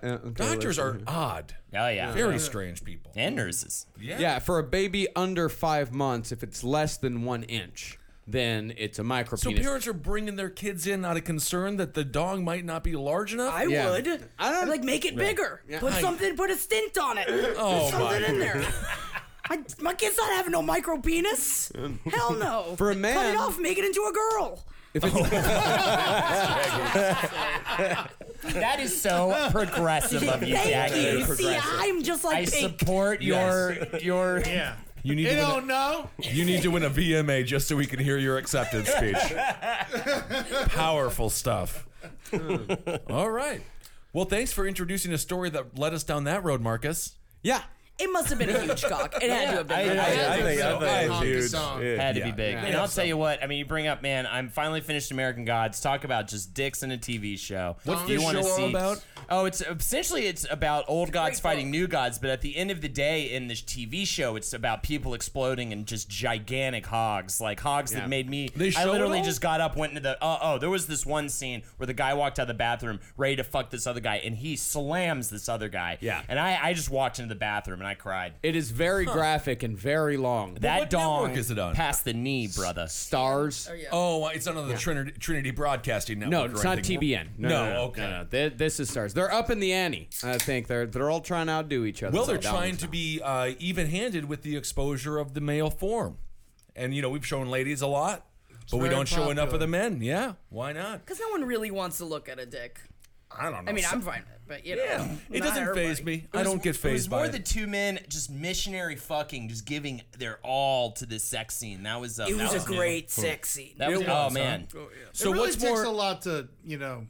Doctors are odd.
Oh yeah,
Very strange people.
and nurses.
Yeah, for a baby under five months, if it's less than one inch, then it's a micropenis.
So parents are bringing their kids in out of concern that the dog might not be large enough.
I
Yeah.
would.
I
I
don't-
don't like make it bigger. Put
I-
something. Put a stint on it.
Oh,
Put something
my
in there. (laughs) My, my kid's not having no micro penis. Hell no.
For a
cut
man-
Oh.
it off. Make it into a girl.
If it's,
That
(laughs)
is so progressive of you,
Thank
Jackie.
you. See, I'm just like
I
Pink.
support your
(laughs)
your.
Yeah.
You need
You
to win
don't know?
a, you need to win a VMA just so we can hear your acceptance speech. Powerful stuff. All right. Well, thanks for introducing a story that led us down that road, Marcus.
(laughs) Yeah.
It must have been a huge cock. It had to have
(laughs)
been.
I, I
think
think,
so.
I think
Honk a
it's huge.
song.
Yeah.
Had to be big. and I'll tell you what, I mean, you bring up, man, I'm finally finished American Gods. Talk about just dicks in a TV show. What's
this
show all about?
Oh, it's essentially it's about old gods
great
fighting
book.
new gods, but at the end of the day in this TV show, it's about people exploding and just gigantic hogs, like hogs that made me
They show
I
it
literally
all?
just got up, went into the oh, oh, there was this one scene where the guy walked out of the bathroom ready to fuck this other guy and he slams this other guy.
Yeah.
And I, I just walked into the bathroom and I cried.
It is very graphic and very long.
that
what
dong
network is it on?
past the knee, brother.
stars.
Oh, it's not on the Trinity, Trinity Broadcasting Network.
No,
or
it's not
anything.
TBN. No,
No,
no, no, no,
okay.
no, no. Th- This is stars. They're up in the ante. I think they're they're all trying to outdo each other.
Well, they're
That's all that
trying
one's
to
not.
be uh, even-handed with the exposure of the male form, and you know we've shown ladies a lot, but we
very
don't show enough
popular.
of the men. Yeah, why not?
Because no one really wants to look at a dick.
I don't know.
I mean, I'm
Some-
fine with it, but you know.
Yeah, it
not
doesn't
everybody.
phase me. I don't get
It was
phased
more
by
the
it.
two men just missionary fucking, just giving their all to this sex scene. That was uh,
It
that
was a
new.
great sex scene.
That was,
It
oh
was,
man,
So
it really
what's
takes
more?
a lot to you know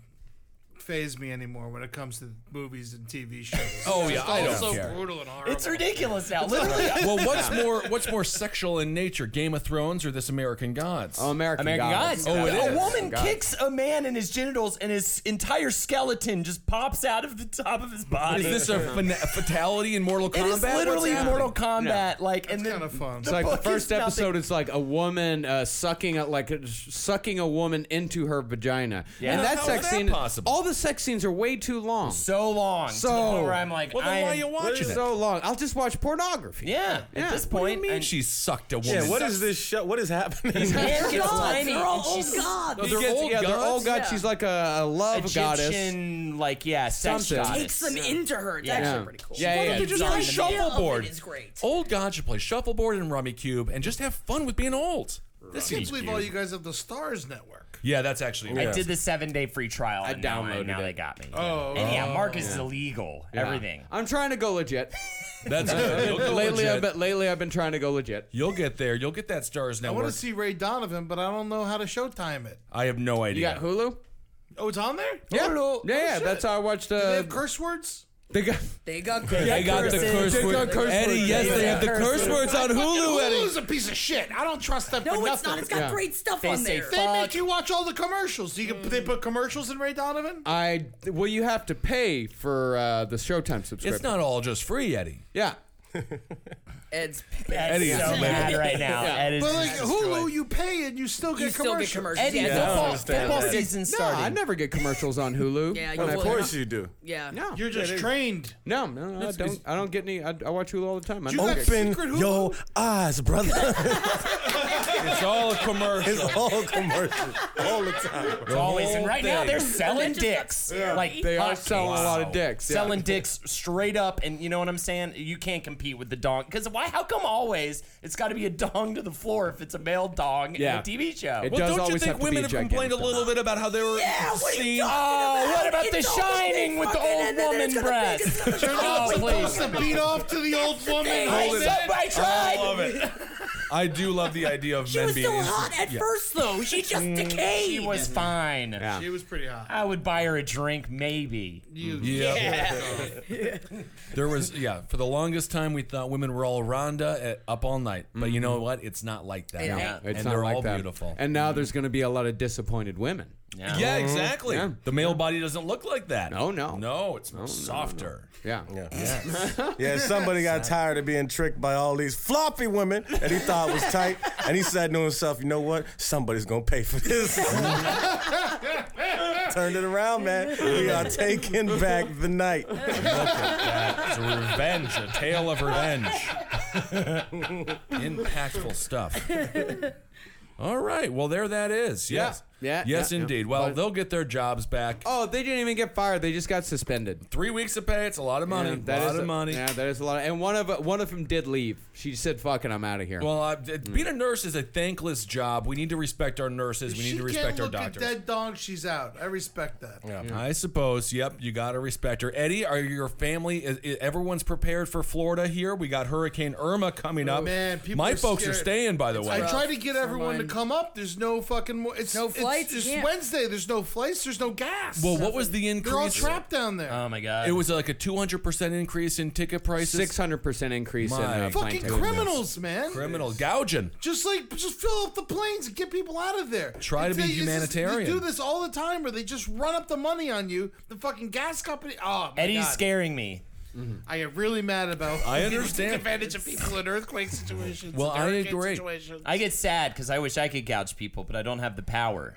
phase me anymore when it comes to movies and TV shows.
Oh, yeah,
it's
(laughs) I
all
don't
so
care.
brutal and horrible.
it's ridiculous now. Literally,
well, what's more? What's more sexual in nature, Game of Thrones or This American Gods?
Oh, American,
American Gods.
Oh, it
a
is.
woman
God.
kicks a man in his genitals, and his entire skeleton just pops out of the top of his body.
Is this a fina- fatality in Mortal
it
Kombat?
is literally
What's
Mortal Kombat, like, and
It's
then
kind of fun.
It's like
fuck
the first
is nothing?
episode is like a woman uh, sucking a, like uh, sucking a woman into her vagina,
Yeah.
and that
How
sex
is that
scene.
possible?
All the sex scenes are way too long. So,
so long. to the
So-
point where I'm like,
Well, then
I
why
am-
are you watching it?
long. I'll just watch pornography.
Yeah,
Yeah.
at this
What do
point,
you mean
and-
she sucked a woman?
Yeah, what is this show? What is happening? (laughs)
man gets
God,
tiny,
they're all
and she's-
old gods.
they're
gets
old. Yeah, they're
gods?
old god.
Yeah.
She's like a, a love goddess.
Egyptian, like yeah, sex
Something.
goddess.
Takes them into her. It's actually pretty cool.
Yeah, yeah.
They
yeah.
just play
The idea of
shuffleboard.
it is great.
Old God should play shuffleboard and rummy cube and just have fun with being old. This
I can't
seems
believe all you guys have the Stars Network.
Yeah, that's actually.
I did the seven day free trial. I and now-
downloaded
now,
it.
they got me. Oh, and yeah, Marcus is illegal. Everything.
I'm trying to go legit.
That's good. You'll go
lately, I've
legit.
been, lately I've been trying to go legit.
You'll get there. You'll get that stars
I
network.
want to see Ray Donovan, but I don't know how to Showtime it.
I have no
You
idea.
got Hulu?
Oh, it's on there.
Yeah,
Uh,
yeah, yeah. That's how I watched. Uh,
Do they have curse words?
they got.
They got
They got the curse
They got
word.
curse
Eddie,
words.
yes, they have the curse words on Hulu, Eddie.
Hulu's a piece of shit. I don't trust them for
No, it's
nothing.
not. It's got
Yeah.
great stuff on
say
there.
they make you watch all the commercials. You can, They put commercials in Ray Donovan.
I well, you have to pay for uh, the Showtime subscription.
It's not all just free, Eddie.
Yeah.
Ed's
Eddie's so mad right now. Ed is
But like
just
Hulu,
destroyed.
you pay and you still get
You still
commercials.
get commercials.
Eddie,
yeah,
don't
football,
understand
football
that.
season
No, I
started.
never get commercials on (laughs) Hulu. When
Yeah, you
I
of
would.
play-
course you do.
yeah.
No.
You're just trained.
No, no, no I don't. I don't get any. I, I watch Hulu all the time. I don't
got
get-
sick
Open
Secret Hulu?
your eyes, brother.
It's all commercial.
it's all commercial, all the time.
It's always and right now
thing.
they're selling
That just got
dicks.
scary.
Like
they are
hotcakes.
selling a lot of dicks. yeah.
Selling dicks straight up, and you know what I'm saying. You can't compete with the dong because why? How come always it's got to be a dong to the floor if it's a male dong in
Yeah.
a TV show?
It does
Well, don't you
always
think
have to be
women
a
have complained a
gigantic
little bit about how they were
Yeah, what are
seen?
you talking
Oh, what about
It's
The
all gonna be
Shining with the
fucking-
old
and then
woman
it's gonna
breast? (laughs)
make us-
Oh,
Supposed
please.
to beat off to
(laughs)
the old woman.
I
Hold it.
said-
I
I
tried.
love it. I do love the idea of
She
men
was
being
still
instant-
hot at
Yeah.
first, though. She just decayed.
Mm. She was fine.
Yeah.
She was pretty hot.
I would buy her a drink, maybe.
Yeah. (laughs) there was yeah. For the longest time, we thought women were all Rhonda at, up all night, but you know what? It's not like that.
It ain't.
Yeah.
Mm-hmm. It's
and
not
they're
like
all
that.
beautiful.
And now there's going to be a lot of disappointed women.
Yeah.
yeah, exactly.
Yeah.
The male body doesn't look like that.
No, no.
no. It's softer.
Yeah.
Yeah, somebody got tired of being tricked by all these floppy women that he thought was tight,
(laughs)
and he said to himself, "You know what? Somebody's gonna pay for
(laughs)
this." Turned it around, man. We are taking back the night.
It's a revenge, a tale of revenge. (laughs) Impactful stuff. All right. Well, there that is. Yes.
Yeah,
Yes,
yeah, yeah.
indeed. Well,
But-
they'll get their jobs back.
Oh, they didn't even get fired. They just got suspended.
Three weeks of pay. It's a lot of money.
Yeah,
a lot
is
of money.
Yeah, that is a lot. Of, and one of one of them did leave. She said, "Fucking, I'm out of here."
Well, I,
Mm.
it- being a nurse is a thankless job. We need to respect our nurses.
she
We need to
can't
respect our
look
doctors.
at dead dog. She's out. I respect that.
Yeah, I suppose. Yep, you got to respect her. Eddie, are your family? Is, is- everyone's prepared for Florida here. We got Hurricane Irma coming up.
man, people
my
are
folks
scared.
are staying. By the way,
I tried to get everyone to
mine.
come up. There's no fucking. More, it's
No flights,
It's,
you
it's
can't.
Wednesday. There's no flights. There's no gas.
well, um, what was the increase?
They're all trapped down there.
Oh my god.
It was like a two hundred percent increase in ticket prices.
Six hundred percent increase in
My
uh, plane
fucking
tickets.
criminals, man.
criminal gouging.
Just like, just fill up the planes and get people out of there.
Try to be
It's- it's- it's-
humanitarian.
They do this all the time, where they just run up the money on you. The fucking gas company. Oh, my
Eddie's
God.
scaring me.
I get really mad about. (laughs)
I
people
understand.
Take advantage of people in earthquake situations.
Well,
and
I
hurricane
agree.
Situations.
I get sad because I wish I could gouge people, but I don't have the power.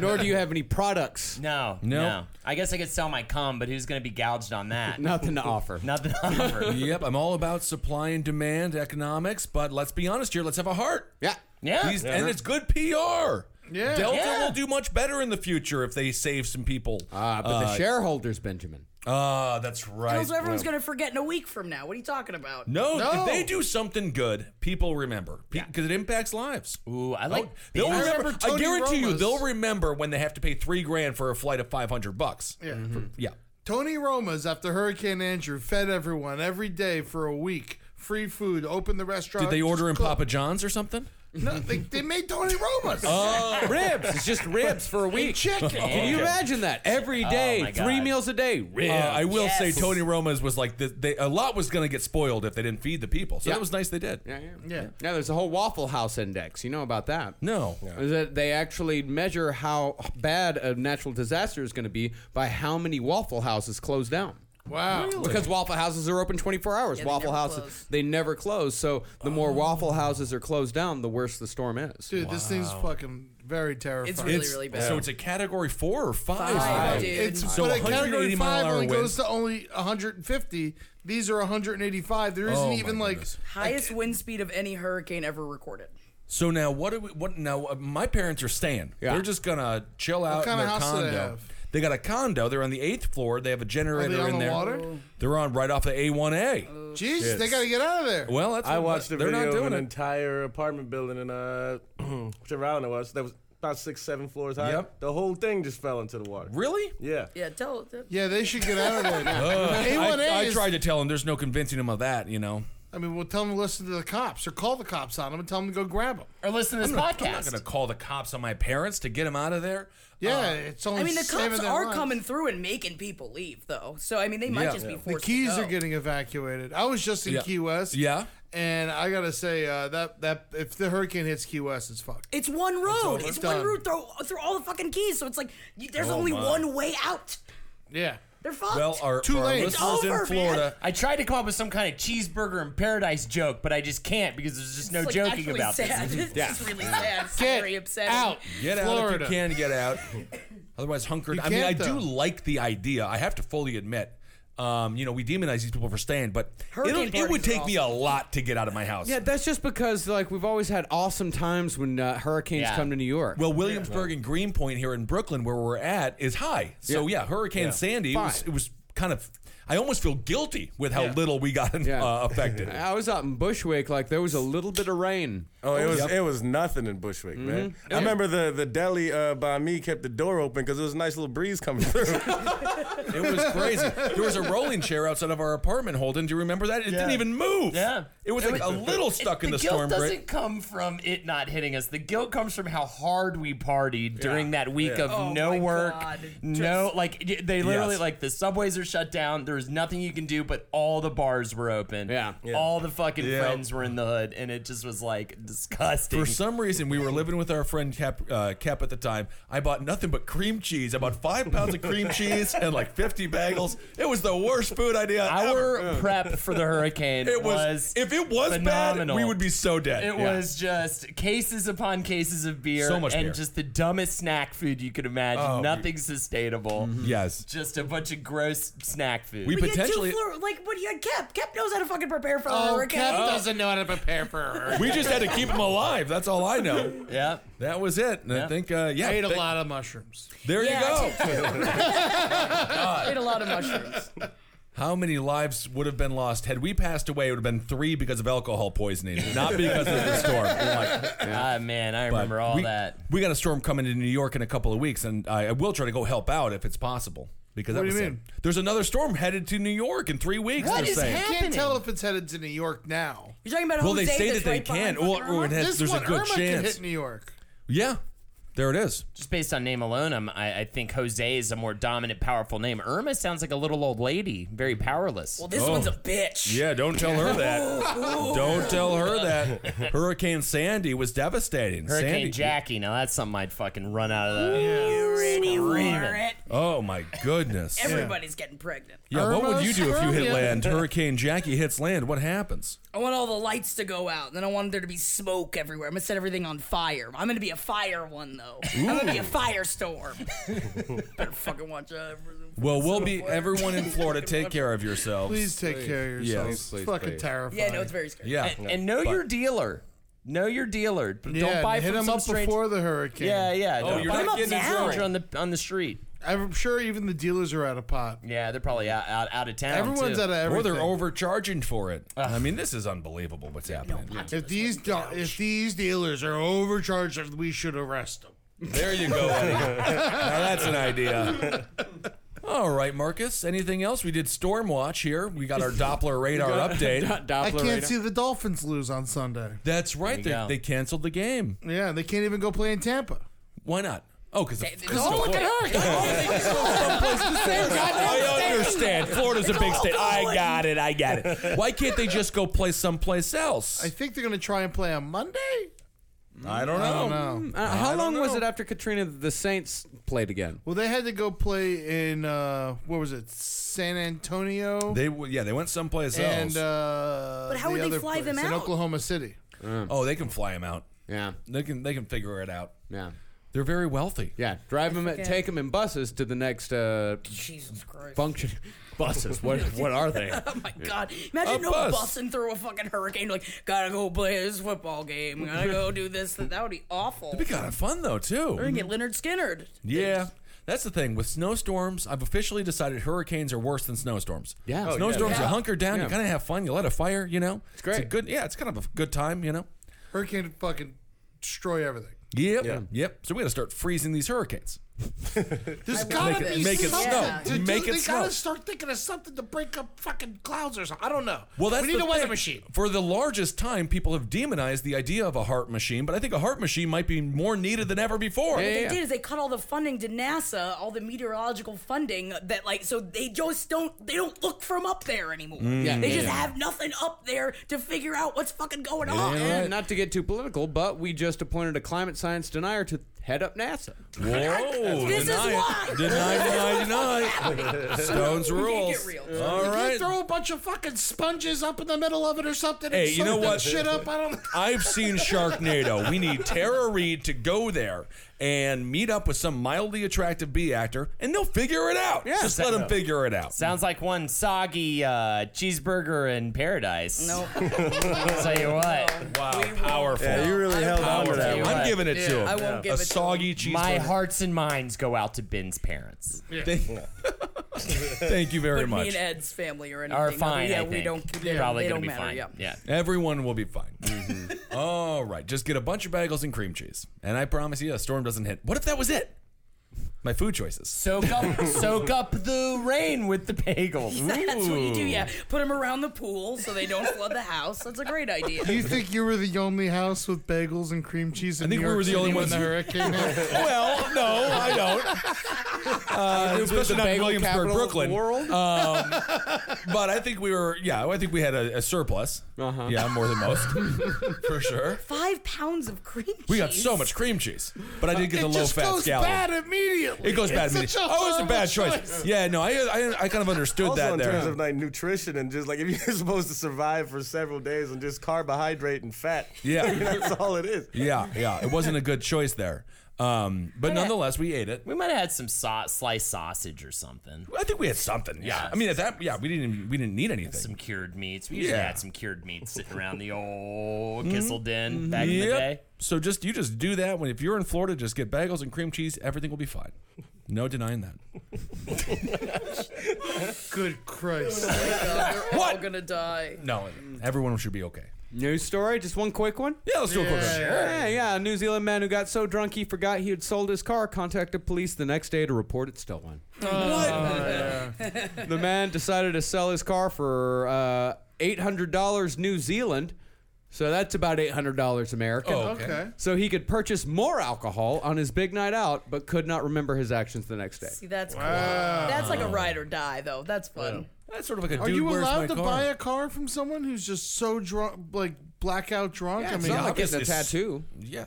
Nor do you have any
(laughs)
products.
No, no. I guess I could sell my cum, but who's going to be gouged on that?
Nothing to offer.
Nothing
(laughs)
on offer.
Yep, I'm all about supply and demand economics, but let's be honest here. Let's have a heart.
Yeah.
Yeah.
He's- and it's good PR.
Yeah.
Delta
Yeah.
will do much better in the future if they save some people.
Uh, but the shareholders, Benjamin.
Ah, that's right.
Also, everyone's gonna forget in a week from now. What are you talking about?
No,
No.
if they do something good, people remember because it impacts lives.
Ooh, I like.
They'll
the-
remember.
remember
I
Tony
guarantee you,
Roma's.
they'll remember when they have to pay three grand for a flight of five hundred bucks.
Yeah.
Yeah,
Tony Roma's after Hurricane Andrew fed everyone every day for a week. Free food, open the restaurant.
did they order in
just cook.
Papa John's or something?
No, they, they made Tony
(laughs)
Roma's.
Oh.
ribs. It's just ribs for a week.
Chicken.
Can you imagine that? Every
Oh
my
day,
God.
three meals a day. Ribs.
Uh, I will say
Yes.
Tony Roma's was like the, they, a lot was going to get spoiled if they didn't feed the people. So
Yeah.
that was nice they did.
yeah, yeah.
Yeah.
Now there's a whole Waffle House index. You know about that?
No,
Is that they actually measure how bad a natural disaster is going to be by how many Waffle Houses close down.
Wow.
Because Waffle Houses are open 24 hours.
Yeah, they
waffle
never
Houses,
close.
they never close. So the more Waffle Houses are closed down, the worse the storm is.
Dude, this thing's fucking very terrifying.
It's really, really bad.
so it's a category four or five.
Five, dude.
It's
It's
So
but a category
180 mile
five
an hour
only
wind.
goes to only 150. These are 185. There isn't
Oh, my
even like
goodness.
highest wind speed of any hurricane ever recorded.
So now what do we? What now? uh, My parents are staying. They're just gonna chill out
kinda
in their
house do
condo.
they have?
They got a condo. They're on the eighth floor. They have a generator
on
in
the
there.
water? Oh.
They're on right off the A one A.
Jesus. They gotta get out of there.
Well, that's
I
what-
watched a
they're
video
not
of
doing
an
it.
entire apartment building in uh, (clears throat) whichever island it was. That was about six, seven floors high.
Yep.
The whole thing just fell into the water.
Really?
Yeah.
Yeah, tell. tell-
Yeah, they should get out of there. (laughs)
(laughs)
A1A
I, I
is-
tried to tell him. There's no convincing him of that. You know.
I mean, we'll tell them to listen to the cops or call the cops on them and tell them to go grab them.
Uh,
or listen to this
I'm not
podcast.
gonna call the cops on my parents to get him out of there.
Yeah, it's only.
I mean, the
saving
cops
their
are
lives.
coming through and making people leave, though. So I mean, they might
Yeah.
just be
The
forced.
keys
to go.
are getting evacuated. I was just in
Yeah.
Key West.
Yeah.
And I gotta say uh, that that if the hurricane hits Key West, it's fucked.
It's one road. It's, one
Done.
route through, through all the fucking keys. So it's like you, there's only
Oh my.
one way out.
Yeah.
They're fucked.
Well, our,
Too
for our
late.
listeners
It's over,
in Florida.
I tried to come up with some kind of cheeseburger in paradise joke, but I just can't because there's just no
It's, like,
joking
actually
about (laughs)
sad.
this.
It's just really sad. It's very upsetting.
Out.
Get out
Florida.
if you can get out. Otherwise, hunkered.
You
I mean, I
can't,
do
though.
like the idea. I have to fully admit. Um, you know, we demonize these people for staying, but it'll, it would
parties are
take me a lot to get out of my house.
Yeah, that's just because like we've always had awesome times when uh, hurricanes
Yeah.
come to New York.
Well, Williamsburg and Greenpoint here in Brooklyn, where we're at, is high. So yeah, Hurricane Sandy it was,
Fine.
it was kind of. I almost feel guilty with how little we got
Yeah.
uh, affected.
I was out in Bushwick. Like there was a little bit of rain.
Oh, it was it was nothing in Bushwick, man. I remember the the deli uh, by me kept the door open because it was a nice little breeze coming through.
It was crazy. There was a rolling chair outside of our apartment, Holden. Do you remember that? It didn't even move.
Yeah.
It was like (laughs) a
(laughs)
little stuck in the,
guilt
storm.
doesn't
Grit.
come from it not hitting us. The guilt comes from how hard we partied during that week of
Oh
no
my
work,
God.
no like y- they literally
Yes.
like the subways are shut down. There was nothing you can do, but all the bars were open.
Yeah. Yeah.
all the fucking
Yeah.
friends were in the hood, and it just was like disgusting.
For some reason, we were living with our friend Cap, uh, Cap at the time. I bought nothing but cream cheese. I bought five pounds of cream cheese and like 50 bagels. It was the worst food idea
Our
ever.
(laughs) prep for the hurricane
It was, if it was
phenomenal.
bad, we would be so dead.
It was just cases upon cases of beer
So much
and
beer.
just the dumbest snack food you could imagine.
Oh,
Nothing sustainable.
Yes.
Just a bunch of gross snack food.
We
But you had two
potentially.
flu- like what you had Kep. Kep knows how to fucking prepare for a
Oh,
hurricane.
Cap
(laughs)
doesn't know how to prepare for
(laughs)
her.
We just had to keep him alive. That's all I know.
Yeah.
That was it. And I think, uh, yeah.
I ate a
th-
lot of mushrooms.
There
Yeah, I
you go.
Ate a lot of mushrooms.
How many lives would have been lost had we passed away? It would have been three because of alcohol poisoning, not because of the storm. Like,
Ah, man, I
but
remember all
we,
that.
We got a storm coming to New York in a couple of weeks, and I, I will try to go help out if it's possible. Because
What
that
do you
was
mean?
it. There's another storm headed to New York in three weeks.
What
they're
is
saying.
happening?
Can't tell if it's headed to New York now.
You're talking about
Well,
Jose
they say
that's
that they
right behind
can, or,
fucking
or it
Irma?
has,
This
there's a
one,
good
Irma could
chance.
hit New York.
yeah, there it is.
Just based on name alone, I'm, I, I think Jose is a more dominant, powerful name. Irma sounds like a little old lady, very powerless.
Well, this one's a bitch.
Oh. Yeah, don't tell her that. (laughs) don't tell her that. Hurricane Sandy was devastating.
Hurricane
Sandy.
Jackie, now that's something I'd fucking run out of the.
You already wore it.
Oh my goodness.
Everybody's getting pregnant.
Yeah, what would you do if you hit
Irma
land? Hurricane Jackie hits land. What happens?
I want all the lights to go out, and then I want there to be smoke everywhere. I'm gonna set everything on fire. I'm gonna be a fire one though. I'm gonna be a firestorm. (laughs) Better fucking watch out.
Well, we'll be everyone in Florida. Take care of yourselves.
Please take care of yourself.
Yes,
it's fucking terrifying.
Yeah, no, it's very scary.
Yeah.
And, and know your dealer. Know your dealer. Don't
Yeah,
buy
hit
from
him
some
up
strange.
before the hurricane.
yeah, yeah.
Oh,
don't
you're
buy
not
from
getting
some
now.
stranger on the on the street.
I'm sure even the dealers are out of pot.
Yeah, they're probably out out, out of town.
Everyone's
too.
out of
Or
everything.
they're overcharging for it. I mean, this is unbelievable what's happening.
If these do- if these dealers are overcharged, we should arrest them.
There you (laughs) go, Eddie. now that's an (laughs) idea. All right, Marcus. Anything else? We did Storm Watch here. We (laughs) got our Doppler radar update.
I can't see the Dolphins lose on Sunday.
That's right. They,
go.
they canceled the game.
Yeah, they can't even go play in Tampa.
Why not? Oh, because
all
look at (laughs) I understand. Florida's a big state. I got it. I got it. Why can't they just go play someplace else?
I think they're going to try and play on Monday.
I don't know.
Uh, how long was it after Katrina that the Saints played again?
Well, they had to go play in uh, what was it, San Antonio,
They w- yeah, they went someplace
and
else.
uh,
But how
the
would they
other
fly them
place, in
out?
Oklahoma City.
oh, they can fly them out.
Yeah,
They can they can figure it out.
yeah,
They're very wealthy.
yeah. Drive them, take them in buses to the next uh,
Jesus Christ.
function. buses?
(laughs)
What? What are they?
Oh my god! Imagine
A
no
bus.
bussing through a fucking hurricane. Like, gotta go play this football game. Gotta go do this. That, that would be awful.
It'd be kind of fun though
We're
too.
gonna get Leonard Skinnered.
Yeah. That's the thing with snowstorms. I've officially decided hurricanes are worse than snowstorms.
Yeah. Oh, yeah.
snowstorms you
Yeah.
hunker down, you
Yeah.
kind of have fun, you light a fire, you know. It's
great.
a good, yeah, it's kind of a good time, you know.
Hurricane fucking destroy everything.
Yep, yep. So we got to start freezing
(laughs)
these hurricanes.
There's gotta
it-
be
make it
something.
snow.
To do-
Make it
they
snow.
gotta start thinking of something to break up fucking clouds or something. I don't know.
Well, that's
we need
the
a weather
thing.
machine.
For the largest time, people have demonized the idea of a heart machine, but I think a heart machine might be more needed than ever before.
What
Yeah.
they did is they cut all the funding to NASA, all the meteorological funding that like so they just don't they don't look from up there anymore.
Mm,
Yeah.
they
Yeah,
just
yeah.
have nothing up there to figure out what's fucking going on.
And
(laughs)
not to get too political, but we just appointed a climate science denier to head up NASA.
Whoa!
This is
deny it.
why.
Deny, deny, deny. Stones
We can't
rules.
get real.
All
You
right.
throw a bunch of fucking sponges up in the middle of it or something.
Hey,
and
you know
soak that
what?
Shit up. I don't.
(laughs) I've seen Sharknado. We need Tara Reid to go there and meet up with some mildly attractive B actor, and they'll figure it out. Just let them figure it out.
Sounds like one soggy uh, cheeseburger in paradise.
No.
I'll (laughs) tell you what.
Wow, powerful.
Yeah, you really held on to
Powerful.
that
You
one.
I'm
what?
giving it to him.
I won't give
a
it to
soggy cheese.
My hearts and minds go out to Ben's parents.
(laughs) Thank you very
But
much.
me and Ed's family or anything.
Are fine.
Yeah,
I
we
think.
don't. Yeah,
Probably
they
gonna
don't
be
matter.
fine.
Yeah.
yeah.
Everyone will be fine. All right, just get a bunch of bagels and cream cheese, and I promise you, a storm doesn't hit. What if that was it? My food choices.
Soak up, soak up the rain with the bagels.
That's what you do. Yeah, put them around the pool so they don't flood the house. That's a great idea.
(laughs) You think you were the only house with bagels and cream cheese? In
I think
New
we
York
were the only
City when
ones
the
who-
hurricane. (laughs) hit?
(laughs) well, no, I don't. Uh, especially not in
bagel
Williamsburg,
capital of
Brooklyn.
the world?
Um, but I think we were, yeah, I think we had a, a surplus.
Uh-huh.
Yeah, more than most, for sure.
Five pounds of cream cheese.
We got so much cream cheese, but I did get the
it
low
just
fat
goes
scallop.
bad immediately.
It goes bad.
It's
immediately.
such a
oh, it was a
horrible
bad choice. Yeah, no, I, I, I kind of understood
Also,
that
in
there.
terms of like nutrition and just like if you're supposed to survive for several days on just carbohydrate and fat,
Yeah.
that's all it is.
Yeah, yeah. It wasn't a good choice there. Um, but
uh,
nonetheless, we ate it.
We might have had some sau- sliced sausage or something.
I think we had something. Yeah. I mean, at that, yeah, we didn't even- we didn't need anything.
Some cured meats. We usually
Yeah.
had some cured meats sitting around the old Kissel Den back in the day.
So just you just do that when if you're in Florida, just get bagels and cream cheese. Everything will be fine. No denying that.
Good Christ.
We're all gonna die.
No, everyone should be okay.
News story, just one quick one.
Yeah, let's do a quick one.
Yeah, yeah. A New Zealand man who got so drunk he forgot he had sold his car contacted police the next day to report it stolen. what? (laughs) the man decided to sell his car for uh, $800 New Zealand. So that's about $800 American.
Oh, okay.
Okay.
So he could purchase more alcohol on his big night out, but could not remember his actions the next day.
See, that's cool. That's like a ride or die, though. That's fun.
That's sort of like a
Are
dude.
you
where's my
allowed to
car?
buy a car from someone who's just so drunk, like blackout drunk? I
it's
mean,
not like getting a
obviously s-
tattoo.
Yeah.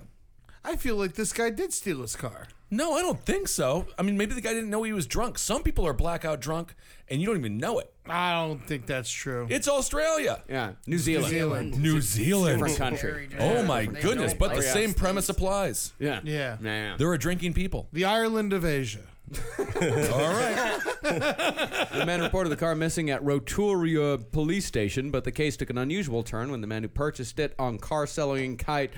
I feel like this guy did steal his car.
No, I don't think so. I mean, maybe the guy didn't know he was drunk. Some people are blackout drunk, and you don't even know it.
I don't think that's true.
It's Australia.
Yeah, New Zealand.
Zealand.
New Zealand.
Different country.
Oh my goodness! But the
like
same
us.
premise applies.
Yeah.
Yeah.
Yeah.
There are drinking people.
The Ireland of Asia.
All right.
The man reported the car missing at Rotorua police station, but the case took an unusual turn when the man who purchased it on car selling kite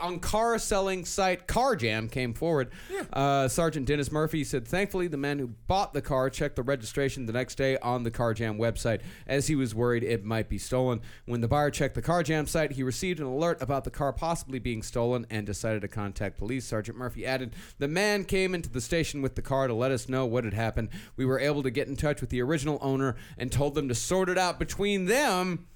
on car selling site Car Jam came forward. Uh, Sergeant Dennis Murphy said, "Thankfully, the man who bought the car checked the registration the next day on the Car Jam website, as he was worried it might be stolen. When the buyer checked the Car Jam site, he received an alert about the car possibly being stolen and decided to contact police. Sergeant Murphy added, "The man came into the station with the car to let us know what had happened. We were able to get in touch with the original owner and told them to sort it out between them."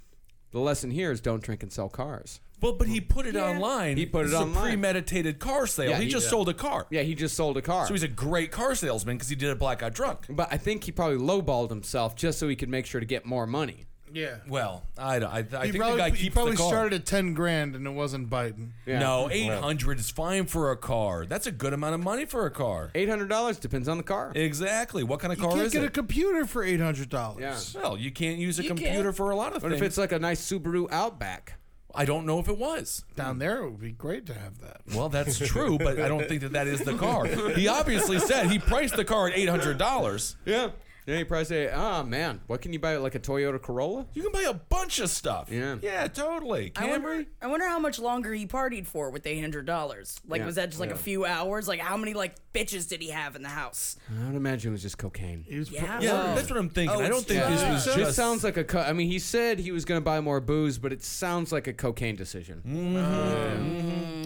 The lesson here is don't drink and sell cars.
Well, but he put it online.
He put it
It's a
online.
premeditated car sale.
Yeah,
he,
he-
just
yeah.
sold a car.
Yeah, he just sold a car.
So he's a great car salesman because he did it blackout drunk.
but I think he probably lowballed himself just so he could make sure to get more money.
Yeah.
Well, I don't. I, I
he
think
probably,
the guy
he
keeps
probably
the car.
started at 10 grand and it wasn't biting.
Yeah.
No, eight hundred is fine for a car. That's a good amount of money for a car.
Eight hundred dollars depends on the car.
Exactly. What kind of
You
car
can't
is
get a
it?
computer for $800.
Yeah.
well, you can't use a computer for a lot of
What
things.
if it's like a nice Subaru Outback?
I don't know if it was.
Down there, it would be great to have that.
Well, that's true, but I don't think that that is the car. He obviously said he priced the car at eight hundred dollars.
Yeah. Yeah, you probably say, "Ah, man, what can you buy? Like a Toyota Corolla?"
You can buy a bunch of stuff.
Yeah.
Yeah, totally.
I
Camry.
wonder, I wonder how much longer he partied for with eight hundred dollars. Like,
Yeah.
was that just like a few hours? Like, how many like bitches did he have in the house?
I would imagine it was just cocaine.
He was pro-
Yeah,
Yeah, that's what I'm thinking. I don't think this
It
was just.
just sounds like a. Co- I mean, he said he was going to buy more booze, but it sounds like a cocaine decision.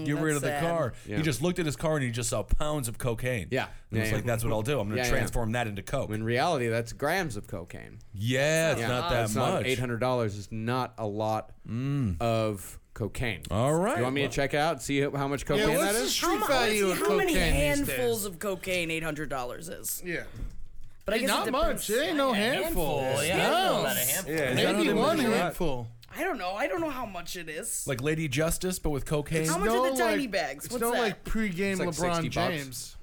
Get rid of the
That's sad.
car.
Yeah.
He just looked at his car and he just saw pounds of cocaine.
Yeah.
And it's
Yeah,
like,
yeah.
that's what I'll do. I'm going to
Yeah, yeah.
transform that into coke.
In reality, that's grams of cocaine.
yeah, it's not that
That's
much.
not eight hundred dollars. Is not a lot of cocaine.
All right.
You want me to check it out and see how how much
yeah,
cocaine that
what's the
is?
How,
street
mu-
value of
how many
cocaine these
handfuls
days?
of cocaine eight hundred dollars is?
Yeah.
But I guess it
Not
depends.
much. It ain't no handful.
Handfuls.
No. Maybe one handful.
I don't know. I don't know how much it is.
Like Lady Justice, but with cocaine.
How much are the tiny bags?
It's
What's
no
that?
like pregame
It's like 60
LeBron
bucks.
James.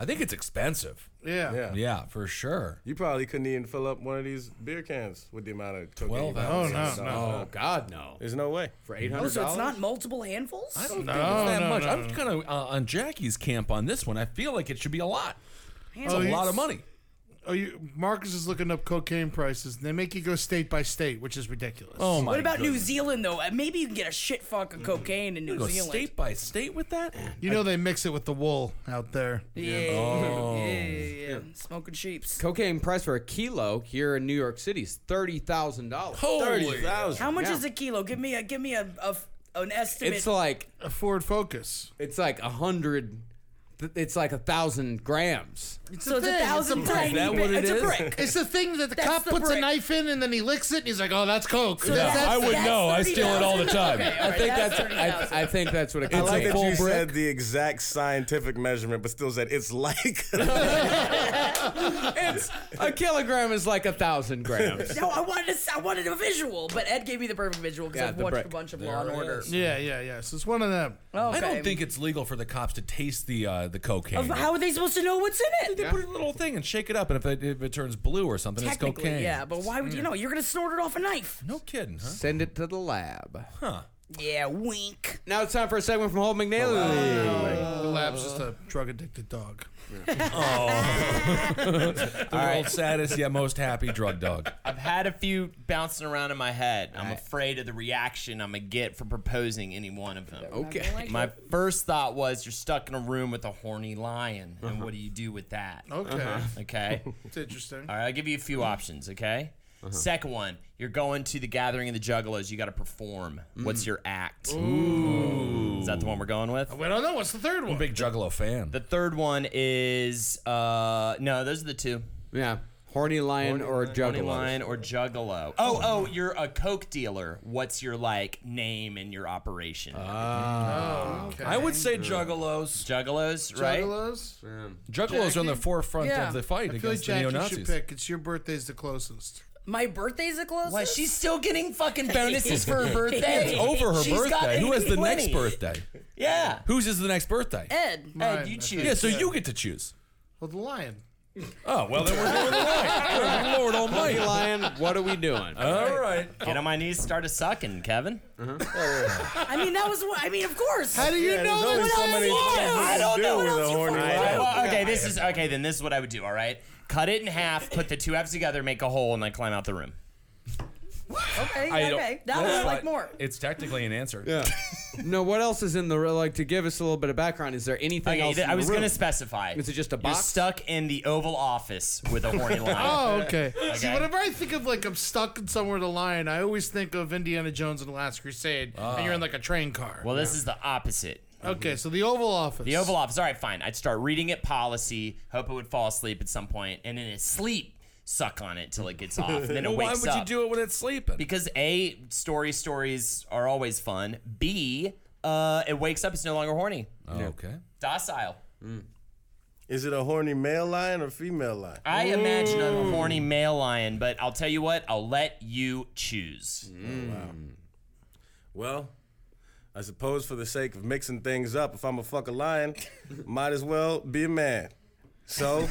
I think it's expensive.
Yeah.
Yeah.
Yeah, for sure.
You probably couldn't even fill up one of these beer cans with the amount of cocaine.
Well,
you
that
got.
was-
No, no.
Oh God, no!
There's no way.
For eight
oh,
hundred
so it's
dollars.
not multiple handfuls.
I don't think it's that
no,
much.
no,
I'm kind of uh, on Jackie's camp on this one. I feel like it should be a lot. It's
Oh,
a
you-
lot of money.
Oh, you, Marcus is looking up cocaine prices. and They make you go state by state, which is ridiculous. Oh
my Mm.
What about New Zealand though? Uh, Maybe you can get a shit fuck of cocaine in New
Go
Zealand.
state by state with that?
You know they mix it with the wool out there.
Yeah. yeah, yeah, yeah. Smoking sheeps.
Cocaine price for a kilo here in New York City is thirty thousand dollars.
Holy.
Thirty thousand.
How much
Yeah.
is a kilo? Give me a give me a, a f- an estimate.
It's like
A Ford Focus.
it's like a hundred. It's like a thousand grams.
so it's a
thing. It's
thousand
a brick.
tiny
Is that
bit-
what it
it's
is?
(laughs)
a brick.
It's the thing that the
That's
cop
the
puts
brick.
a knife in and then he licks it and he's like, "Oh, that's coke."
So
That-
that's-
that's-
would know. I steal it all the
30,000.
time.
Okay, all
I
right,
think that's,
that's
I, I think that's what it
I
comes
like
like.
that
Full
you
brick.
said the exact scientific measurement, but still said it's like.
It's a kilogram is like a thousand grams.
30,000. No, I wanted a, I wanted a visual, but Ed gave me the perfect visual because
Yeah,
I've
the
watched
brick.
a bunch of Law and
it
Order.
is.
yeah, yeah, yeah. So it's one of them.
Okay.
I don't think it's legal for the cops to taste the uh, the cocaine.
Of- How are they supposed to know what's in it?
They put it in a little thing and shake it up, and if it, if it turns blue or something, it's
Technically,
cocaine.
yeah, but why would you know? You're gonna snort it off a knife.
No kidding, huh?
Send it to the lab.
Huh.
Yeah, wink.
Now it's time for a segment from Hold McNally.
the lab's just a drug addicted dog.
The world's saddest yet most happy drug dog.
I've had a few bouncing around in my head. I'm afraid of the reaction I'm gonna get for proposing any one of them.
Okay.
My first thought was you're stuck in a room with a horny lion, and what do you do with that?
Okay,
Okay.
it's interesting.
All right, I'll give you a few options, okay? Second one, you're going to the gathering of the juggalos. You got to perform. What's your act? Is that the one we're going with?
Wait, I don't know. What's the third one?
Big Juggalo fan.
The third one is uh no, those are the two.
Yeah. Horny lion or
Money
juggalo.
line or juggalo. Oh, oh, you're a coke dealer. What's your like name and your operation?
Ah.
I would say Juggalos.
juggalos, right?
Juggalos?
Juggalos are on the
Jackie?
forefront
Yeah.
of the fight
I feel like
against the
Jack,
neo
you should
Nazis.
pick. It's your birthday's the closest.
My birthday's the closest.
Why she's still getting fucking bonuses
(laughs)
for her birthday?
It's
Over her
She's got
birthday. Who has the
80-20.
next birthday?
Yeah.
Whose is the next birthday?
Ed.
Ed, you choose.
Yeah, so you get to choose.
Well, the lion.
Oh, well, then we're doing the right. (laughs) Good Lord Almighty.
Horny lion, what are we doing?
All right.
Get on my knees, start a sucking, Kevin.
I mean, that was what. I mean, of course.
How do you know
there's (laughs) only
that?
so many things you
I
can
don't
do
know what
with
else
a
you
horny
fucking-
lion.
Well, Oh, okay, this is okay. Then this is what I would do. All right, cut it in half, put the two halves together, make a hole, and I climb out the room.
Okay,
I don't-
okay. That was
But
like more.
It's technically an answer.
No, what else is in the like to give us a little bit of background? Is there anything
Okay,
else?
th-
in
I
the
was
room?
gonna specify.
Is it just a
You're
box?
stuck in the Oval Office with a
(laughs)
horny lion.
Oh, okay. See,
Okay.
whenever I think of like I'm stuck in somewhere with a lion, I always think of Indiana Jones and the Last Crusade, and
Ah.
you're in like a train car.
Well, this is the opposite.
okay, so the Oval Office.
The Oval Office. All right, fine. I'd start reading it policy, hope it would fall asleep at some point, and in its sleep, suck on it till it gets off, and then it
Well, (laughs) why
wakes
would
up.
you do it when it's sleeping?
Because a story stories are always fun. B, uh, it wakes up. It's no longer horny.
Oh, okay.
Docile.
Is it a horny male lion or female lion?
I imagine
Mm.
a horny male lion, but I'll tell you what, I'll let you choose.
Well, I suppose for the sake of mixing things up, if I'm a fuck a
(laughs)
lion, might as well be a man. So,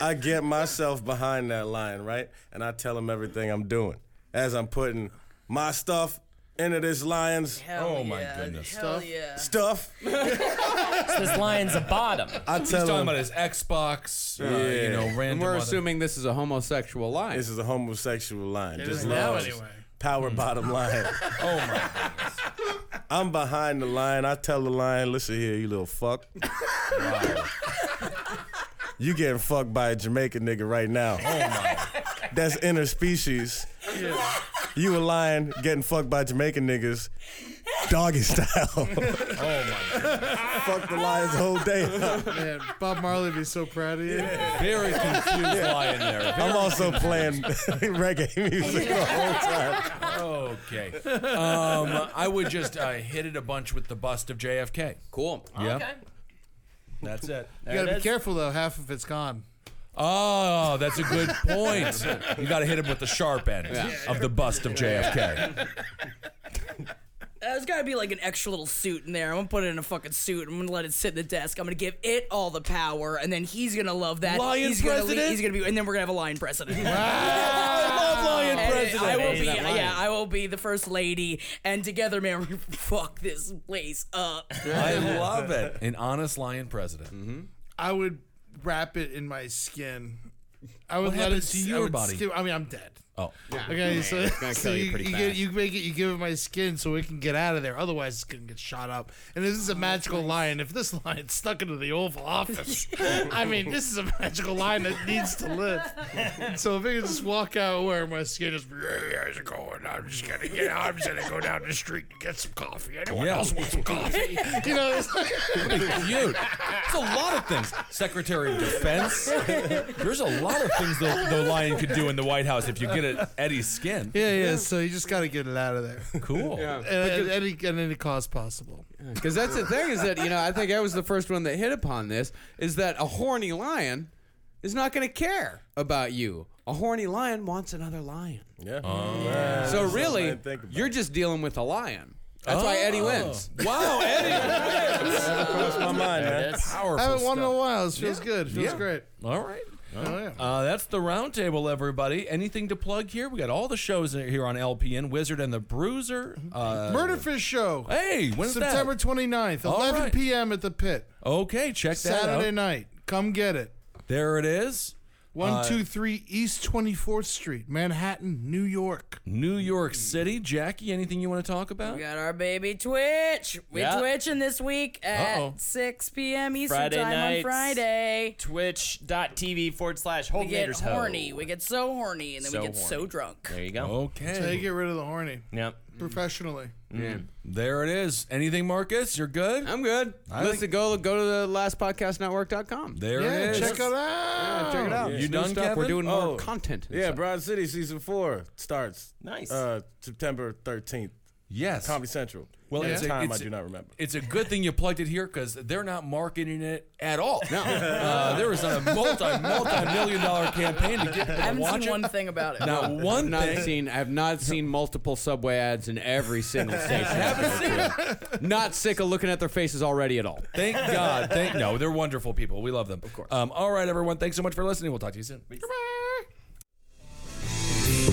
I get myself behind that lion, right? And I tell him everything I'm doing as I'm putting my stuff into this lion's
Hell
Oh, my
yeah.
goodness.
Hell yeah.
stuff.
So this lion's a bottom.
I
He's
tell
talking
him
about his Xbox, uh,
Yeah.
you know, random.
And we're
other-
assuming this is a homosexual lion.
this is a homosexual lion. Just
is now
love.
anyway.
Power
Hmm.
bottom line.
Oh, my.
I'm behind the line. I tell the line, listen here, you little fuck. you getting fucked by a Jamaican nigga right now.
Oh, my.
(laughs) That's interspecies. You a lion getting fucked by Jamaican niggas, doggy style. oh (laughs) my god. Fuck the lions whole day. up.
Man, Bob Marley would be so proud of you.
Very confused lion there.
I'm also playing (laughs) reggae music the whole time.
Okay. Um, I would just uh, hit it a bunch with the bust of JFK.
cool.
Yeah. That's it.
You gotta
it
be
is.
careful though. Half of it's gone.
Oh, that's a good point. You got to hit him with the sharp end of the bust of JFK.
Uh, There's gotta be like an extra little suit in there. I'm gonna put it in a fucking suit. I'm gonna let it sit in the desk. I'm gonna give it all the power, and then he's gonna love that.
Lion
he's Gonna lead,
president?
he's gonna be, and then we're gonna have a lion president.
I love lion
And
president.
I will
Hey,
be,
that lion.
yeah, I will be the first lady, and together, man, (laughs) we fuck this place up.
I love it. An honest lion president.
Mm-hmm.
I would wrap it in my skin. I would
What
let it
happens to
I
your
would
body?
sti- I mean, I'm dead.
Oh,
Okay, so,
gonna
(laughs) so
kill you
you,
pretty
you get,
fast.
you make it, you give it my skin so it can get out of there. Otherwise, it's gonna get shot up. And this is a magical lion. If this (laughs) lion's stuck into the Oval Office, I mean, this is a magical lion that needs to live. So if it can just walk out wearing my skin, is it's going. I'm just gonna get. out. I'm just gonna go down the street and get some coffee. Anyone
Yeah.
else want some coffee? You know, it's like,
pretty cute. It's a lot of things. Secretary of Defense. There's a lot of things the, the lion could do in the White House if you get it Eddie's skin.
yeah, yeah. So you just gotta get it out of (laughs) there.
Cool.
at, at any, at any cost possible.
Because that's the thing is that you know I think I was the first one that hit upon this is that a horny lion is not going to care about you. A horny lion wants another lion.
Yeah.
So really,
didn't think about Oh.
you're just dealing with a lion. That's why Eddie
(laughs)
wins.
Wow,
(laughs)
Eddie.
Crossed my mind, man.
Powerful
I haven't won in a
stuff.
while. This feels good. Feels
Yeah.
great.
All right.
Oh, yeah.
Uh, that's the roundtable, everybody. Anything to plug here? We got all the shows here on LPN Wizard and the Bruiser. Uh,
Murderfish Show.
Hey, when's that?
September 29th,
All
11
right.
p.m. at the Pit.
Okay, check that
Saturday
out.
night. Come get it.
There it is. Uh,
One two three East 24th Street, Manhattan, New York.
New York City. Jackie, anything you want to talk about?
We got our baby Twitch. We're
Yeah.
twitching this week at
Uh-oh.
6 p.m. Eastern
Friday
time
nights.
on Friday.
Twitch.tv forward slash
We get
Holdenators Ho.
horny. We get so horny, and then
So
we get so
horny.
drunk.
There you go.
Oh.
How you
Okay.
get rid of the horny
Yep.
professionally?
There it is. Anything, Marcus? You're good?
I'm good. Listen, go go to the lastpodcastnetwork.com.
There it
Yeah,
is.
check it out.
Check it out.
You
New
done,
stuff. We're
Kevin?
doing
Oh.
more content. and
Yeah,
stuff.
Broad City season four starts
Nice.
uh, September 13th.
Yes.
Comedy Central.
Well,
At
it's
the
a-
time
it's
I
a-
do not remember.
It's a good thing you plugged it here because they're not marketing it at all. No. Uh, there was a multi, multi million dollar campaign to get people
I
to
haven't
watch
seen
it.
one thing about it.
Not
I've
one
not
thing.
seen. I've not seen multiple subway ads in every
(laughs)
single station. Not sick of looking at their faces already at all.
Thank God. Thank No, they're wonderful people. We love them. Of course. Um, all right, everyone. Thanks so much for listening. We'll talk to you soon.
For